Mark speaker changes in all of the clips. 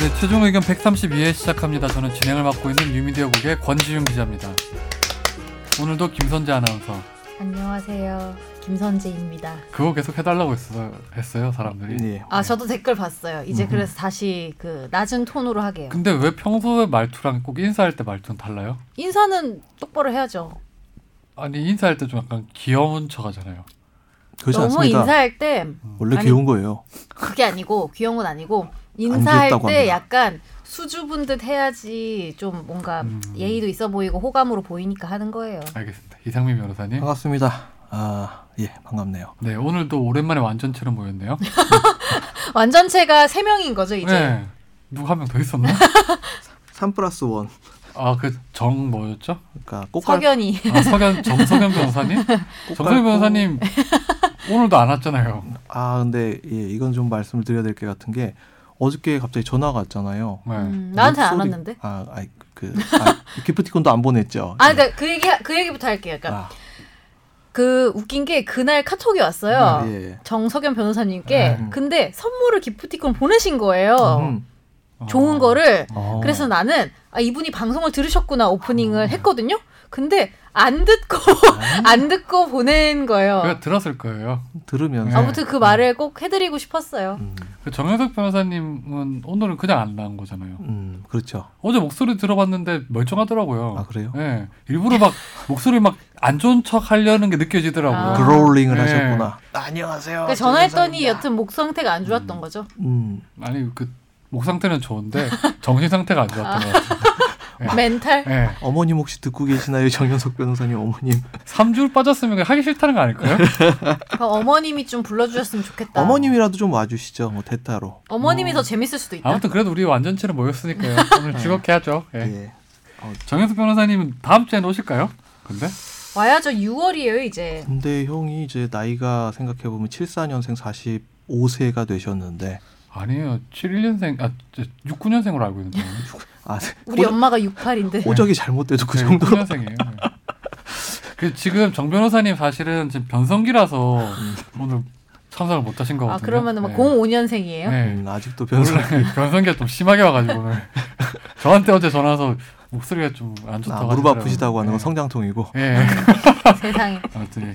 Speaker 1: 네, 최종 의견 132회 시작합니다. 저는 진행을 맡고 있는 뉴미디어국의 권지윤 기자입니다. 오늘도 김선재 아나운서
Speaker 2: 안녕하세요. 김선재입니다.
Speaker 1: 그거 계속 해달라고 했어요, 했어요 사람들이.
Speaker 3: 예.
Speaker 2: 아, 저도 댓글 봤어요. 이제
Speaker 3: 음.
Speaker 2: 그래서 다시 그 낮은 톤으로 하게요.
Speaker 1: 근데 왜 평소에 말투랑 꼭 인사할 때 말투는 달라요?
Speaker 2: 인사는 똑바로 해야죠.
Speaker 1: 아니 인사할 때 좀 약간 귀여운 척하잖아요.
Speaker 3: 그렇지
Speaker 2: 너무
Speaker 3: 않습니다.
Speaker 2: 인사할 때
Speaker 3: 원래
Speaker 2: 아니-
Speaker 3: 귀여운 거예요.
Speaker 2: 그게 아니고 귀여운 건 아니고 인사할 때
Speaker 3: 귀엽다고 합니다.
Speaker 2: 약간 수줍은 듯 해야지 좀 뭔가
Speaker 1: 음.
Speaker 2: 예의도 있어 보이고 호감으로 보이니까 하는 거예요.
Speaker 1: 알겠습니다. 이상민 변호사님.
Speaker 3: 반갑습니다. 아, 예, 반갑네요.
Speaker 1: 네 오늘도 오랜만에 완전체로 모였네요.
Speaker 2: 완전체가 세 명인 거죠 이제.
Speaker 1: 네. 누구 한 명 더 있었나?
Speaker 3: 3 플러스 1.
Speaker 1: 아 그 정 뭐였죠?
Speaker 3: 그러니까 꽃갈
Speaker 2: 석연이
Speaker 1: 아, 석연 정석연 변호사님.
Speaker 3: 꽃갈-
Speaker 1: 정석연 변호사님 오늘도 안 왔잖아요.
Speaker 3: 아, 근데 예, 이건 좀 말씀을 드려야 될 게 같은 게 어저께 갑자기 전화가 왔잖아요.
Speaker 1: 네.
Speaker 2: 음, 나한테 안
Speaker 3: 목소리-
Speaker 2: 왔는데.
Speaker 3: 아, 아이 그 아, 기프티콘도 안 보냈죠.
Speaker 2: 아, 그러니까 그 얘기 그 얘기부터 할게요. 그러니까
Speaker 3: 아,
Speaker 2: 그 웃긴 게 그날 카톡이 왔어요.
Speaker 3: 예.
Speaker 2: 정석연 변호사님께
Speaker 1: 네.
Speaker 3: 음.
Speaker 2: 근데 선물을 기프티콘 보내신 거예요.
Speaker 3: 음.
Speaker 1: 어.
Speaker 2: 좋은 거를
Speaker 3: 어.
Speaker 2: 그래서 나는 아, 이분이 방송을 들으셨구나 오프닝을
Speaker 1: 어.
Speaker 2: 했거든요. 근데 안 듣고 안 듣고 보낸 거예요.
Speaker 1: 그가 들었을 거예요.
Speaker 3: 들으면서
Speaker 2: 아무튼 그 말을 꼭 해드리고 싶었어요.
Speaker 3: 음,
Speaker 1: 그 정현석 변호사님은 오늘은 그냥 안 나온 거잖아요.
Speaker 3: 음, 그렇죠.
Speaker 1: 어제 목소리 들어봤는데 멀쩡하더라고요.
Speaker 3: 아, 그래요?
Speaker 1: 예, 일부러 막 목소리 막 안 좋은 척 하려는 게
Speaker 2: 아.
Speaker 1: 느껴지더라고요.
Speaker 3: 그롤링을
Speaker 1: 예.
Speaker 3: 하셨구나. 안녕하세요.
Speaker 2: 그러니까 전화했더니 여튼 목 상태가 안 좋았던 거죠.
Speaker 3: 음,
Speaker 1: 아니 그 목 상태는 좋은데 정신 상태가 안 좋았던 것 같아요. 네.
Speaker 2: 멘탈.
Speaker 1: 예,
Speaker 3: 어머님 혹시 듣고 계시나요, 정현석 변호사님 어머님?
Speaker 1: 3주 빠졌으면 그냥 하기 싫다는 거 아닐까요?
Speaker 2: 그럼 어머님이 좀 불러주셨으면 좋겠다.
Speaker 3: 어머님이라도 좀 와주시죠, 뭐 대타로.
Speaker 2: 이더 재밌을 수도
Speaker 1: 음.
Speaker 2: 있다.
Speaker 1: 아무튼 그래도 우리 완전체로 모였으니까요. 오늘 즐겁게 하죠. 예.
Speaker 3: 예.
Speaker 1: 정현석 변호사님은 다음 주에 는 오실까요? 근데
Speaker 2: 와야죠. 6월이에요 이제.
Speaker 3: 근데 형이 이제 나이가 생각해 보면 74년생 45세가 되셨는데
Speaker 1: 아니에요. 71년생 아 69년생으로 알고 있는데.
Speaker 3: 아
Speaker 2: 우리
Speaker 3: 꼬적-
Speaker 2: 엄마가 68인데.
Speaker 3: 꼬적이 잘못돼도 그
Speaker 1: 네,
Speaker 3: 정도로
Speaker 1: 69년생이에요. 그 지금 정 변호사님 사실은 지금 변성기라서
Speaker 3: 음.
Speaker 1: 오늘 참석을 못 하신 거거든요.
Speaker 2: 아 그러면은 막
Speaker 1: 네.
Speaker 2: 05년생이에요?
Speaker 1: 네.
Speaker 3: 음, 아직도 변사
Speaker 1: 변성 변성기가 좀 심하게 와가지고 오늘 저한테 어제 전화 와서 목소리가 좀 안
Speaker 3: 아,
Speaker 1: 좋다고
Speaker 3: 무릎
Speaker 1: 하시더라고요.
Speaker 3: 아프시다고 하는 건
Speaker 1: 예.
Speaker 3: 성장통이고
Speaker 1: 예.
Speaker 2: 세상에.
Speaker 1: 아무튼 예.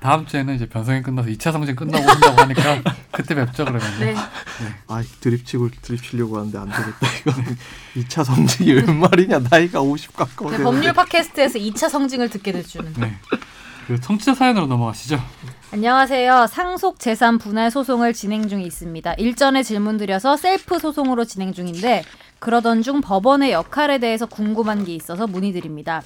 Speaker 1: 다음 주에는 이제 변성기 끝나서 2차 성진 끝나고 온다고 하니까 그때 뵙죠 그러면.
Speaker 2: 네.
Speaker 3: 아 드립치고 드립치려고 하는데 안 되겠다 이거 2차 성징이 웬 말이냐 나이가 50 가까워
Speaker 2: 네,
Speaker 3: 되는데
Speaker 2: 법률 팟캐스트에서 2차 성징을 듣게 될 줄은.
Speaker 1: 네. 그 청취자 사연으로 넘어가시죠.
Speaker 2: 안녕하세요. 상속 재산 분할 소송을 진행 중에 있습니다. 일전에 질문 드려서 셀프 소송으로 진행 중인데 그러던 중 법원의 역할에 대해서 궁금한 게 있어서 문의드립니다.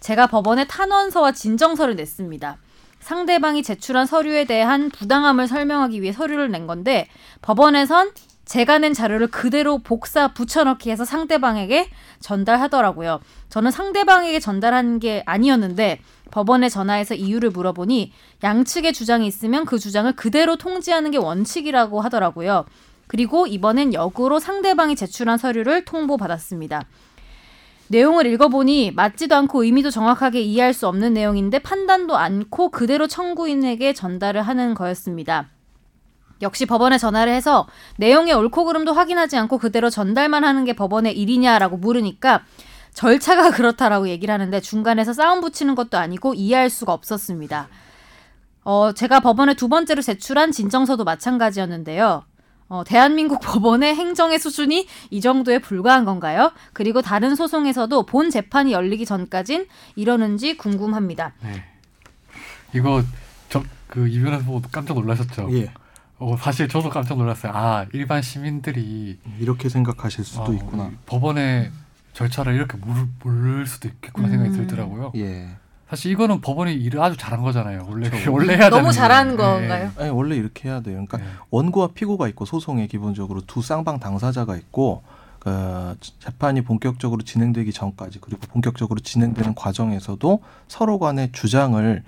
Speaker 2: 제가 법원에 탄원서와 진정서를 냈습니다. 상대방이 제출한 서류에 대한 부당함을 설명하기 위해 서류를 낸 건데 법원에선 제가 낸 자료를 그대로 복사 붙여넣기 해서 상대방에게 전달하더라고요. 저는 상대방에게 전달한 게 아니었는데 법원에 전화해서 이유를 물어보니 양측의 주장이 있으면 그 주장을 그대로 통지하는 게 원칙이라고 하더라고요. 그리고 이번엔 역으로 상대방이 제출한 서류를 통보받았습니다. 내용을 읽어보니 맞지도 않고 의미도 정확하게 이해할 수 없는 내용인데 판단도 않고 그대로 청구인에게 전달을 하는 거였습니다. 역시 법원에 전화를 해서 내용의 옳고 그름도 확인하지 않고 그대로 전달만 하는 게 법원의 일이냐라고 물으니까 절차가 그렇다라고 얘기를 하는데 중간에서 싸움 붙이는 것도 아니고 이해할 수가 없었습니다. 어, 제가 법원에 두 번째로 제출한 진정서도 마찬가지였는데요. 어, 대한민국 법원의 행정의 수준이 이 정도에 불과한 건가요? 그리고 다른 소송에서도 본 재판이 열리기 전까진 이러는지 궁금합니다.
Speaker 1: 네. 이거 저그 이변에서 보고 깜짝 놀라셨죠.
Speaker 3: 예
Speaker 1: 어, 사실 저도 깜짝 놀랐어요. 아 일반 시민들이
Speaker 3: 이렇게 생각하실 수도
Speaker 1: 어,
Speaker 3: 있구나
Speaker 1: 이 법원의 절차를 이렇게 모를, 모를 수도 있겠구나 생각이
Speaker 2: 음.
Speaker 1: 들더라고요.
Speaker 3: 예
Speaker 1: 사실 이거는 법원이 일을 아주 잘한 거잖아요. 원래
Speaker 3: 그렇죠.
Speaker 1: 원래 해야
Speaker 2: 너무
Speaker 1: 되는
Speaker 2: 잘하는
Speaker 1: 거예요. 예,
Speaker 2: 건가요?
Speaker 3: 아니 원래 이렇게 해야 돼요 그러니까
Speaker 1: 예.
Speaker 3: 원고와 피고가 있고 소송에 기본적으로 두 쌍방 당사자가 있고 그 재판이 본격적으로 진행되기 전까지 그리고 본격적으로 진행되는 과정에서도 서로 간의 주장을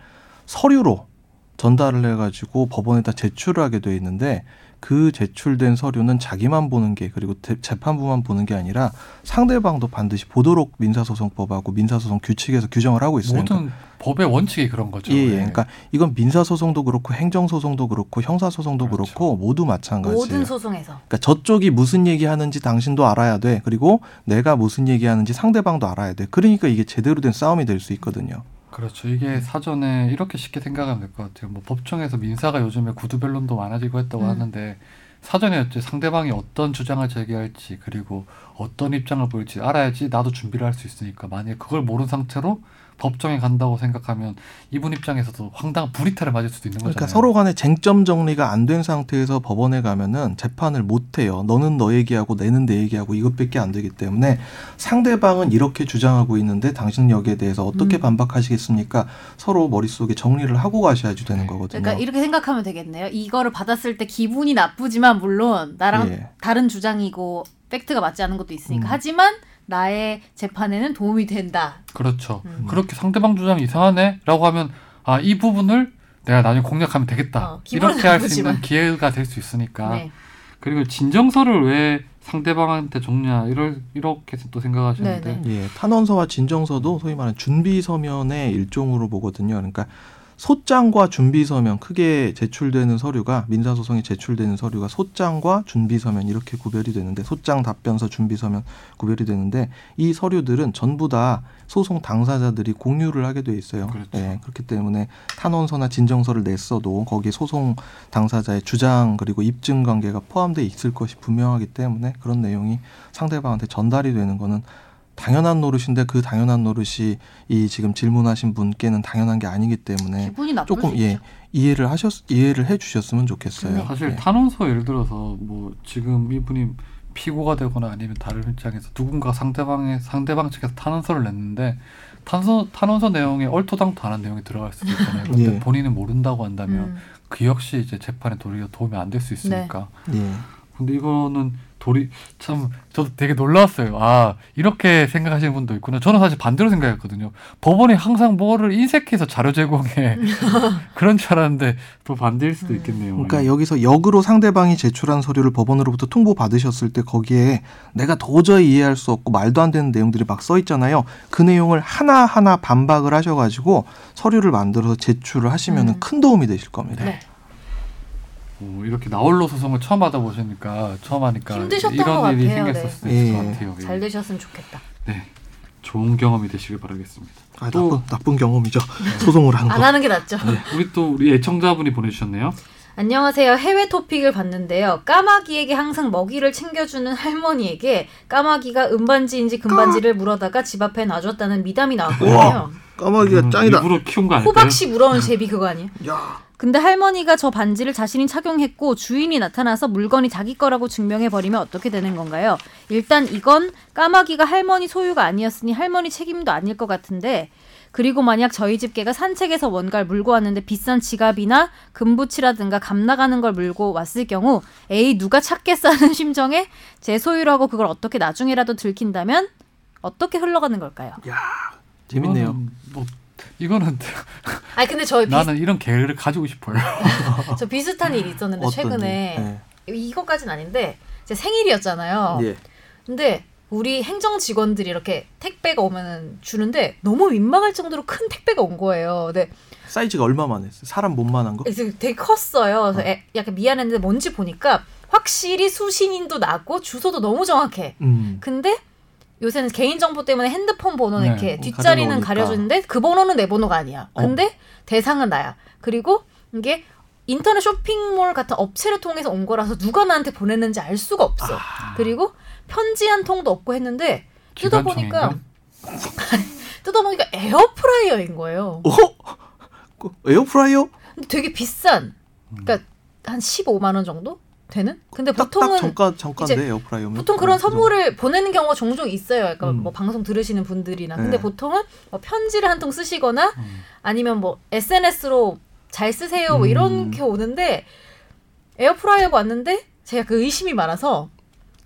Speaker 3: 서류로 전달을 해가지고 법원에다 제출을 하게 돼 있는데 그 제출된 서류는 자기만 보는 게 그리고 대- 재판부만 보는 게 아니라 상대방도 반드시 보도록 민사소송법하고 민사소송 규칙에서 규정을 하고 있어요. 그러니까
Speaker 1: 모든 법의 원칙이 그런 거죠.
Speaker 3: 예, 예.
Speaker 1: 예.
Speaker 3: 그러니까 이건 민사 소송도 그렇고 행정 소송도 그렇고 형사 소송도 그
Speaker 1: 그렇죠.
Speaker 3: 렇고 모두 마찬가지예요.
Speaker 2: 모든 소송에서
Speaker 3: 그러니까 저쪽이 무슨 얘기하는지 당신도 알아야 돼. 그리고 내가 무슨 얘기하는지 상대방도 알아야 돼. 그러니까 이게 제대로 된 싸움이 될 수 있거든요.
Speaker 1: 그렇죠.
Speaker 2: 음.
Speaker 1: 이게 사전에 이렇게 쉽게 생각하면 될 것 같아요. 뭐 법정에서 민사가 요즘에 구두변론도 많아지고 했다고
Speaker 2: 음.
Speaker 1: 하는데 사전에 이제 상대방이 어떤 주장을 제기할지 그리고 어떤 입장을 보일지 알아야지 나도 준비를 할 수 있으니까 만약에 그걸 모른 상태로 법정에 간다고 생각하면 이분 입장에서도 황당한 불이탈을 맞을 수도 있는 거잖아요.
Speaker 3: 그러니까 서로 간에 쟁점 정리가 안 된 상태에서 법원에 가면은 재판을 못 해요. 너는 너 얘기하고 내는 내 얘기하고 이것밖에 안 되기 때문에 상대방은 이렇게 주장하고 있는데 당신은 여기에 대해서 어떻게
Speaker 2: 음.
Speaker 3: 반박하시겠습니까? 서로 머릿속에 정리를 하고 가셔야지 되는 거거든요.
Speaker 2: 그러니까 이렇게 생각하면 되겠네요. 이거를 받았을 때 기분이 나쁘지만 물론 나랑
Speaker 3: 예.
Speaker 2: 다른 주장이고 팩트가 맞지 않은 것도 있으니까
Speaker 3: 음.
Speaker 2: 하지만 나의 재판에는 도움이 된다.
Speaker 1: 그렇죠.
Speaker 2: 음.
Speaker 1: 그렇게 상대방 주장이 이상하네라고 하면 아 이 부분을 내가 나중에 공략하면 되겠다
Speaker 2: 어, 기분은
Speaker 1: 이렇게 할 수
Speaker 2: 나쁘지만.
Speaker 1: 있는 기회가 될 수
Speaker 3: 아.
Speaker 1: 있으니까
Speaker 2: 네.
Speaker 1: 그리고 진정서를 왜 상대방한테 적냐 이럴 이렇게 또 생각하시는데
Speaker 2: 네네.
Speaker 3: 예, 탄원서와 진정서도 소위 말하는 준비 서면의 일종으로 보거든요. 그러니까 소장과 준비 서면 크게 제출되는 서류가 민사 소송에 제출되는 서류가 소장과 준비 서면 이렇게 구별이 되는데 소장 답변서 준비 서면 구별이 되는데 이 서류들은 전부 다 소송 당사자들이 공유를 하게 돼 있어요.
Speaker 1: 그렇죠.
Speaker 3: 예, 그렇기 때문에 탄원서나 진정서를 냈어도 거기에 소송 당사자의 주장 그리고 입증 관계가 포함돼 있을 것이 분명하기 때문에 그런 내용이 상대방한테 전달이 되는 거는 당연한 노릇인데 그 당연한 노릇이 이 지금 질문하신 분께는 당연한 게 아니기 때문에
Speaker 2: 기분이 나쁠
Speaker 3: 조금
Speaker 2: 수
Speaker 3: 예
Speaker 2: 있죠.
Speaker 3: 이해를 하셨 이해를 해주셨으면 좋겠어요.
Speaker 2: 네.
Speaker 1: 사실
Speaker 3: 예.
Speaker 1: 탄원서 예를 들어서 뭐 지금 이분이 피고가 되거나 아니면 다른 입장에서 누군가 상대방의 상대방 측에서 탄원서를 냈는데 탄서 탄원서 내용에 얼토당토 않은 내용이 들어갈 수도 있잖아요. 근데
Speaker 3: 예.
Speaker 1: 본인은 모른다고 한다면
Speaker 2: 음. 네.
Speaker 1: 그 역시 이제 재판에 도리어 도움이 안 될 수 있으니까
Speaker 3: 예.
Speaker 1: 근데 이거는 도리 참 저도 되게 놀라웠어요. 아 이렇게 생각하시는 분도 있구나. 저는 사실 반대로 생각했거든요. 법원이 항상 뭐를 인색해서 자료 제공해 그런 줄 알았는데 또 반대일 수도
Speaker 2: 음.
Speaker 1: 있겠네요.
Speaker 3: 그러니까 여기서 역으로 상대방이 제출한 서류를 법원으로부터 통보 받으셨을 때 거기에 내가 도저히 이해할 수 없고 말도 안 되는 내용들이 막 써 있잖아요. 그 내용을 하나 하나 반박을 하셔가지고 서류를 만들어서 제출을
Speaker 2: 음.
Speaker 3: 하시면 은큰 도움이 되실 겁니다.
Speaker 2: 네.
Speaker 1: 어, 이렇게 나홀로 소송을 처음 하다 보시니까 처음 하니까
Speaker 2: 힘드셨던 것
Speaker 1: 이런 일이
Speaker 2: 같아요.
Speaker 1: 생겼을 수도
Speaker 3: 네.
Speaker 1: 있을 것
Speaker 3: 예.
Speaker 1: 같아요.
Speaker 2: 잘
Speaker 1: 예.
Speaker 2: 되셨으면 좋겠다.
Speaker 1: 네, 좋은 경험이 되시길 바라겠습니다.
Speaker 3: 아,
Speaker 1: 또-
Speaker 3: 나쁜 나쁜 경험이죠. 소송을 하는 거.
Speaker 2: 안 하는 게 낫죠.
Speaker 1: 네. 우리 또 우리 애청자분이 보내주셨네요.
Speaker 2: 안녕하세요. 해외 토픽을 봤는데요. 까마귀에게 항상 먹이를 챙겨주는 할머니에게 까마귀가 은반지인지 금반지를 물어다가 집 앞에 놔줬다는 미담이 나왔거든요.
Speaker 3: 우와. 까마귀가
Speaker 1: 이거는
Speaker 3: 짱이다.
Speaker 1: 일부러 키운 거 아닐까요?
Speaker 2: 호박씨 물어온 제비 그거 아니에요?
Speaker 3: 야.
Speaker 2: 근데 할머니가 저 반지를 자신이 착용했고 주인이 나타나서 물건이 자기 거라고 증명해 버리면 어떻게 되는 건가요? 일단 이건 까마귀가 할머니 소유가 아니었으니 할머니 책임도 아닐 것 같은데 그리고 만약 저희 집개가 산책에서 뭔가를 물고 왔는데 비싼 지갑이나 금붙이라든가 감 나가는 걸 물고 왔을 경우 에이 누가 찾겠다는 심정에 제 소유라고 그걸 어떻게 나중에라도 들킨다면 어떻게 흘러가는 걸까요?
Speaker 3: 재밌네요.
Speaker 1: 이거는 뭐 이거는
Speaker 2: 아니 근데 저, 비,
Speaker 1: 나는 이런 계획을 가지고 싶어요.
Speaker 2: 저 비슷한 일이 있었는데 최근에
Speaker 3: 일? 예.
Speaker 2: 이거까진 아닌데 제 생일이었잖아요.
Speaker 3: 예.
Speaker 2: 근데 우리 행정 직원들이 이렇게 택배가 오면 주는데 너무 민망할 정도로 큰 택배가 온 거예요. 근데
Speaker 3: 사이즈가 얼마만 했어요? 사람 몸만한 거?
Speaker 2: 그래서 되게 컸어요. 그래서 애- 약간 미안했는데 뭔지 보니까 확실히 수신인도 나고 주소도 너무 정확해.
Speaker 3: 음.
Speaker 2: 근데 요새는 개인 정보 때문에 핸드폰 번호는
Speaker 1: 네,
Speaker 2: 이렇게
Speaker 3: 어,
Speaker 2: 뒷자리는
Speaker 3: 가려놓으니까.
Speaker 2: 가려주는데 그 번호는 내 번호가 아니야.
Speaker 3: 어.
Speaker 2: 근데 대상은 나야. 그리고 이게 인터넷 쇼핑몰 같은 업체를 통해서 온 거라서 누가 나한테 보냈는지 알 수가 없어.
Speaker 3: 아.
Speaker 2: 그리고 편지 한 통도 없고 했는데 뜯어보니까
Speaker 1: 기관총인가?
Speaker 2: 뜯어보니까 에어프라이어인 거예요.
Speaker 3: 어? 그 에어프라이어?
Speaker 2: 근데 되게 비싼.
Speaker 1: 음.
Speaker 2: 그러니까 한 15만 원 정도 되는? 근데
Speaker 3: 딱딱
Speaker 2: 보통은
Speaker 3: 정가 정가인데
Speaker 2: 이제
Speaker 3: 에어프라이어면
Speaker 2: 보통 그런 선물을 보내는 경우가 종종 있어요. 그러니까
Speaker 3: 그렇죠. 음.
Speaker 2: 뭐 방송 들으시는 분들이나. 근데
Speaker 3: 네.
Speaker 2: 보통은 뭐 편지를 한 통 쓰시거나
Speaker 1: 음.
Speaker 2: 아니면 뭐 SNS로 잘 쓰세요 뭐 이런
Speaker 3: 음.
Speaker 2: 게 오는데 에어프라이어가 왔는데 제가 그 의심이 많아서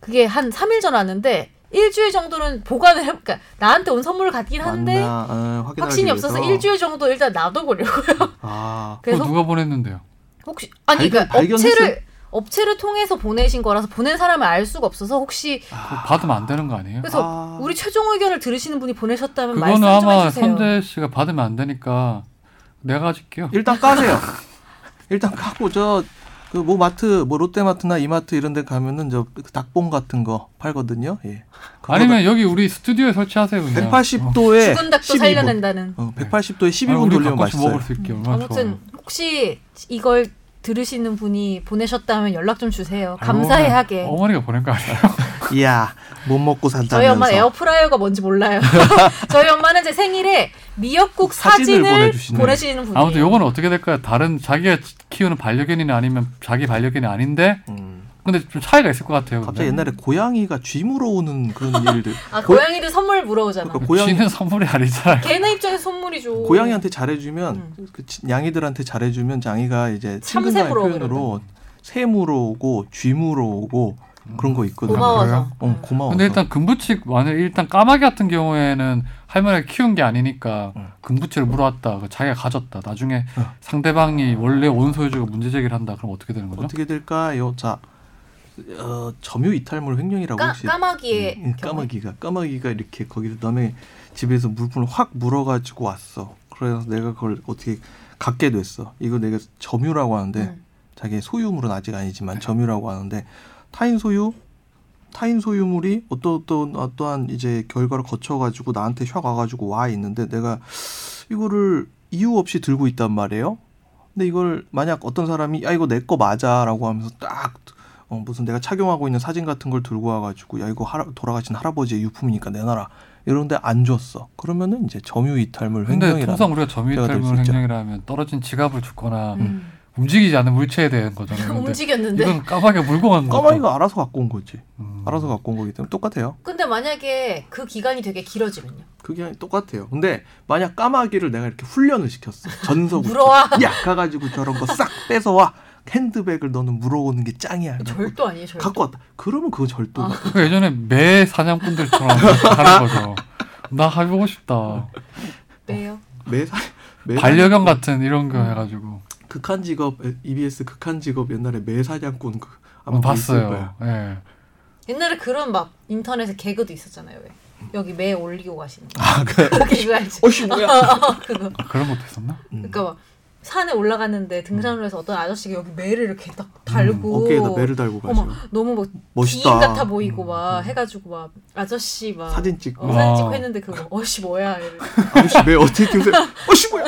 Speaker 2: 그게 한 3일 전 왔는데 일주일 정도는 보관을 해 그러니까 나한테 온 선물을 갖긴 한데
Speaker 3: 맞나? 어, 확인하기
Speaker 2: 확신이
Speaker 3: 위해서.
Speaker 2: 없어서 일주일 정도 일단 놔둬보려고요.
Speaker 3: 아
Speaker 1: 그거
Speaker 2: 그래서
Speaker 1: 누가 보냈는데요?
Speaker 2: 혹시 아니
Speaker 3: 발견-
Speaker 2: 그러니까 업체를
Speaker 3: 발견했어요?
Speaker 2: 업체를 통해서 보내신 거라서 보낸 사람을 알 수가 없어서 혹시
Speaker 1: 그거 받으면 안 되는 거 아니에요?
Speaker 2: 그래서
Speaker 3: 네. 아.
Speaker 2: 우리 최종 의견을 들으시는 분이 보내셨다면 말씀
Speaker 1: 그거는
Speaker 2: 좀
Speaker 1: 아마
Speaker 2: 해주세요.
Speaker 1: 선재 씨가 받으면 안 되니까 내가 가질게요.
Speaker 3: 일단 까세요. 일단 까고 저 그 뭐 마트 뭐 롯데마트나 이마트 이런 데 가면은 저그 닭봉 같은 거 팔거든요. 예. 그거
Speaker 1: 아니면 여기 우리 스튜디오에 설치하세요 그냥. 어.
Speaker 3: 180도에
Speaker 2: 죽은 닭도
Speaker 3: 12분.
Speaker 2: 살려낸다는.
Speaker 3: 어, 180도에 12분
Speaker 1: 우리
Speaker 3: 돌리면
Speaker 1: 가끔씩
Speaker 3: 맛있어요.
Speaker 1: 먹을 수 있게 얼마나
Speaker 2: 아무튼
Speaker 1: 아, 좋아요.
Speaker 2: 혹시 이걸 들으시는 분이 보내셨다면 연락 좀 주세요. 감사해하게.
Speaker 1: 어머니- 어머니가 보낸 거 아니에요?
Speaker 3: 이야 못 먹고
Speaker 2: 저희 엄마
Speaker 3: 산다면서.
Speaker 2: 에어프라이어가 뭔지 몰라요. 저희 엄마는 제 생일에 미역국
Speaker 3: 사진을
Speaker 2: 사진을,
Speaker 3: 보내주시네.
Speaker 2: 보내시는 분이.
Speaker 1: 아무튼 요거는 어떻게 될까요? 다른 자기가 키우는 반려견이나 아니면 자기 반려견이 아닌데
Speaker 3: 음,
Speaker 1: 근데 좀 차이가 있을 것 같아요.
Speaker 2: 네.
Speaker 3: 갑자기
Speaker 1: 근데.
Speaker 3: 옛날에 고양이가 쥐무러 오는 그런 일들.
Speaker 2: 아 고양이들 선물 물어오잖아.
Speaker 3: 그러니까 고양이
Speaker 1: 쥐는 선물이 아니잖아요.
Speaker 2: 걔네 입장에서 선물이죠.
Speaker 3: 고양이한테 잘해주면
Speaker 2: 음.
Speaker 3: 그 지- 양이들한테 잘해주면 양이가 이제 친근감의
Speaker 2: 참새부러
Speaker 3: 표현으로 새무로 오고 쥐무로 오고 그런 거 있거든요.
Speaker 2: 음. 고마워서. 음.
Speaker 3: 어, 고마워.
Speaker 1: 근데 일단 금부치 만약 일단 까마귀 같은 경우에는 할머니가 키운 게 아니니까
Speaker 3: 응.
Speaker 1: 금부치를 물어왔다. 그 자기가 가졌다. 나중에
Speaker 3: 응.
Speaker 1: 상대방이 원래 온 소유주가 문제 제기를 한다. 그럼 어떻게 되는 거죠?
Speaker 3: 어떻게 될까요? 자, 어, 점유 이탈물 횡령이라고
Speaker 2: 까,
Speaker 3: 혹시
Speaker 2: 까마귀의
Speaker 3: 음,
Speaker 2: 경우.
Speaker 3: 까마귀가 까마귀가 이렇게 거기서 남의 집에서 물품을 확 물어가지고 왔어. 그래서 내가 그걸 어떻게 갖게 됐어. 이거 내가 점유라고 하는데
Speaker 2: 음.
Speaker 3: 자기의 소유물은 아직 아니지만 점유라고 하는데 타인 소유 타인 소유물이 어떤 어떤 어떠한 이제 결과를 거쳐가지고 나한테 샥 와가지고 와 있는데 내가 이거를 이유 없이 들고 있단 말이에요. 근데 이걸 만약 어떤 사람이 야 이거 내 거 맞아라고 하면서 딱 어, 무슨 내가 착용하고 있는 사진 같은 걸 들고 와가지고 야 이거 할아- 돌아가신 할아버지의 유품이니까 내놔라 이런데 안 줬어. 그러면은 이제 점유 이탈물
Speaker 1: 근데
Speaker 3: 횡령이라.
Speaker 1: 통상 우리가
Speaker 3: 제가 될수
Speaker 1: 점유이탈물
Speaker 3: 있죠.
Speaker 1: 횡령이라면 떨어진 지갑을 줍거나
Speaker 2: 음.
Speaker 1: 움직이지 않는 물체에 대한 거잖아요. 근데
Speaker 2: 움직였는데.
Speaker 1: 이건 까마귀가 물고 간 거죠.
Speaker 3: 까마귀가 알아서 갖고 온 거지.
Speaker 1: 음.
Speaker 3: 알아서 갖고 온 거기 때문에 똑같아요.
Speaker 2: 근데 만약에 그 기간이 되게 길어지면요.
Speaker 3: 그게 똑같아요. 근데 만약 까마귀를 내가 이렇게 훈련을 시켰어. 전석으로.
Speaker 2: 물어와.
Speaker 3: 야 가가지고 저런 거 싹 뺏어와. 핸드백을 너는 물어오는 게 짱이야. 갖고-
Speaker 2: 절도 아니에요, 절도.
Speaker 3: 갖고 왔다. 그러면 그거 절도.
Speaker 2: 아.
Speaker 1: 그 예전에 매 사냥꾼들처럼 하는 거죠. 나 해보고 싶다.
Speaker 2: 빼요.
Speaker 3: 매사 매
Speaker 1: 반려견 같은 이런 거 해가지고
Speaker 3: 극한 직업 EBS 극한 직업 옛날에 매사냥꾼 그 아마
Speaker 1: 어,
Speaker 3: 봤을
Speaker 1: 봤어요.
Speaker 3: 거야.
Speaker 1: 예.
Speaker 2: 옛날에 그런 막 인터넷에 개그도 있었잖아요. 왜? 여기 매 올리고 가시는 거.
Speaker 3: 아 그.
Speaker 2: 거기 그거 알지?
Speaker 3: 어씨 뭐야.
Speaker 2: 어, 그거.
Speaker 1: 아, 그런 것도 있었나?
Speaker 3: 음.
Speaker 2: 그러니까 막 산에 올라갔는데 등산을 해서 어떤 아저씨가 여기 매를 이렇게 딱 달고
Speaker 3: 음, 어깨에다 매를 달고 가죠.
Speaker 2: 어머 너무 막
Speaker 3: 멋있다. 음,
Speaker 2: 기인 같아 보이고 막 해가지고 막 아저씨 막
Speaker 3: 사진 찍고.
Speaker 2: 어, 사진 찍고
Speaker 1: 와.
Speaker 2: 했는데 그거 어씨 뭐야 이래.
Speaker 3: 아저씨 매 어떻게 끼우세요? 어씨 뭐야.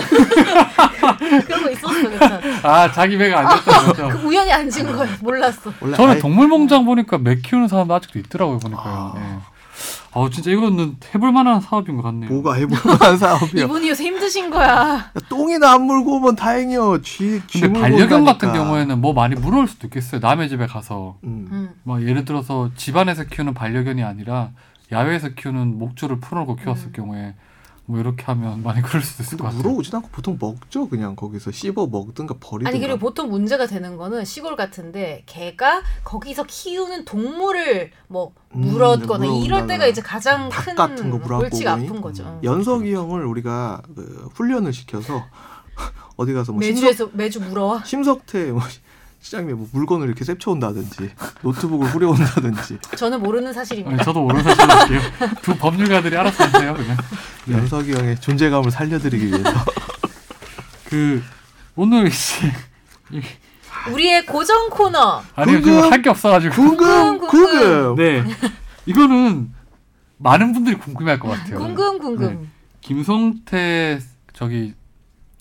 Speaker 2: 그런 거 있었어 괜찮아.
Speaker 1: 아 자기 배가 안 됐던
Speaker 2: 그
Speaker 1: 거죠.
Speaker 2: 우연히 앉은 거야 몰랐어.
Speaker 3: 원래
Speaker 1: 저는
Speaker 3: 아, 아이-
Speaker 1: 동물농장 보니까 매 키우는 사람도 아직도 있더라고요 보니까요.
Speaker 3: 아.
Speaker 1: 예. 아 진짜 이거는 해볼 만한 사업인 것 같네요.
Speaker 3: 뭐가 해볼만한 사업이야.
Speaker 2: 이분이 요새 힘드신 거야.
Speaker 3: 야, 똥이나 안 물고 오면 다행이요. 쥐, 쥐
Speaker 1: 근데
Speaker 3: 물고
Speaker 1: 반려견
Speaker 3: 온다니까.
Speaker 1: 같은 경우에는 뭐 많이 물어올 수도 있겠어요. 남의 집에 가서
Speaker 3: 음.
Speaker 2: 음.
Speaker 1: 막 예를 들어서 집안에서 키우는 반려견이 아니라 야외에서 키우는 목줄을 풀어놓고 키웠을
Speaker 2: 음.
Speaker 1: 경우에 뭐 이렇게 하면 많이 그럴 수도 있을 것
Speaker 3: 근데
Speaker 1: 같아요.
Speaker 3: 물어오진 않고 보통 먹죠. 그냥 거기서 씹어 먹든가 버리든가.
Speaker 2: 아니 그리고 보통 문제가 되는 거는 시골 같은데 걔가 거기서 키우는 동물을 뭐
Speaker 3: 음,
Speaker 2: 물었거나 이럴
Speaker 3: 물어온다거나.
Speaker 2: 때가 이제 가장
Speaker 3: 닭
Speaker 2: 큰
Speaker 3: 같은 거 물어갖고
Speaker 2: 골치가
Speaker 3: 오니? 음.
Speaker 2: 아픈 거죠. 음.
Speaker 3: 연석이 형을 우리가 그 훈련을 시켜서 어디 가서 뭐 심석,
Speaker 2: 매주에서 매주 물어와.
Speaker 3: 심석태 뭐 시장에 뭐 물건을 이렇게 셉쳐온다든지 노트북을 후려온다든지
Speaker 2: 저는 모르는 사실입니다.
Speaker 1: 아니, 네, 저도 모르는 사실이에요. 두 법률가들이 알아서 하세요 그냥. 네.
Speaker 3: 연석이 형의 존재감을 살려드리기 위해서
Speaker 1: 그 오늘 이제 음.
Speaker 2: 우리의 고정 코너.
Speaker 1: 아니 지금
Speaker 3: 궁금.
Speaker 1: 할 게 없어가지고.
Speaker 3: 궁금
Speaker 2: 궁금,
Speaker 3: 궁금
Speaker 1: 네. 이거는 많은 분들이 궁금해할 것 같아요.
Speaker 2: 궁금
Speaker 1: 네,
Speaker 2: 궁금.
Speaker 1: 김성태 저기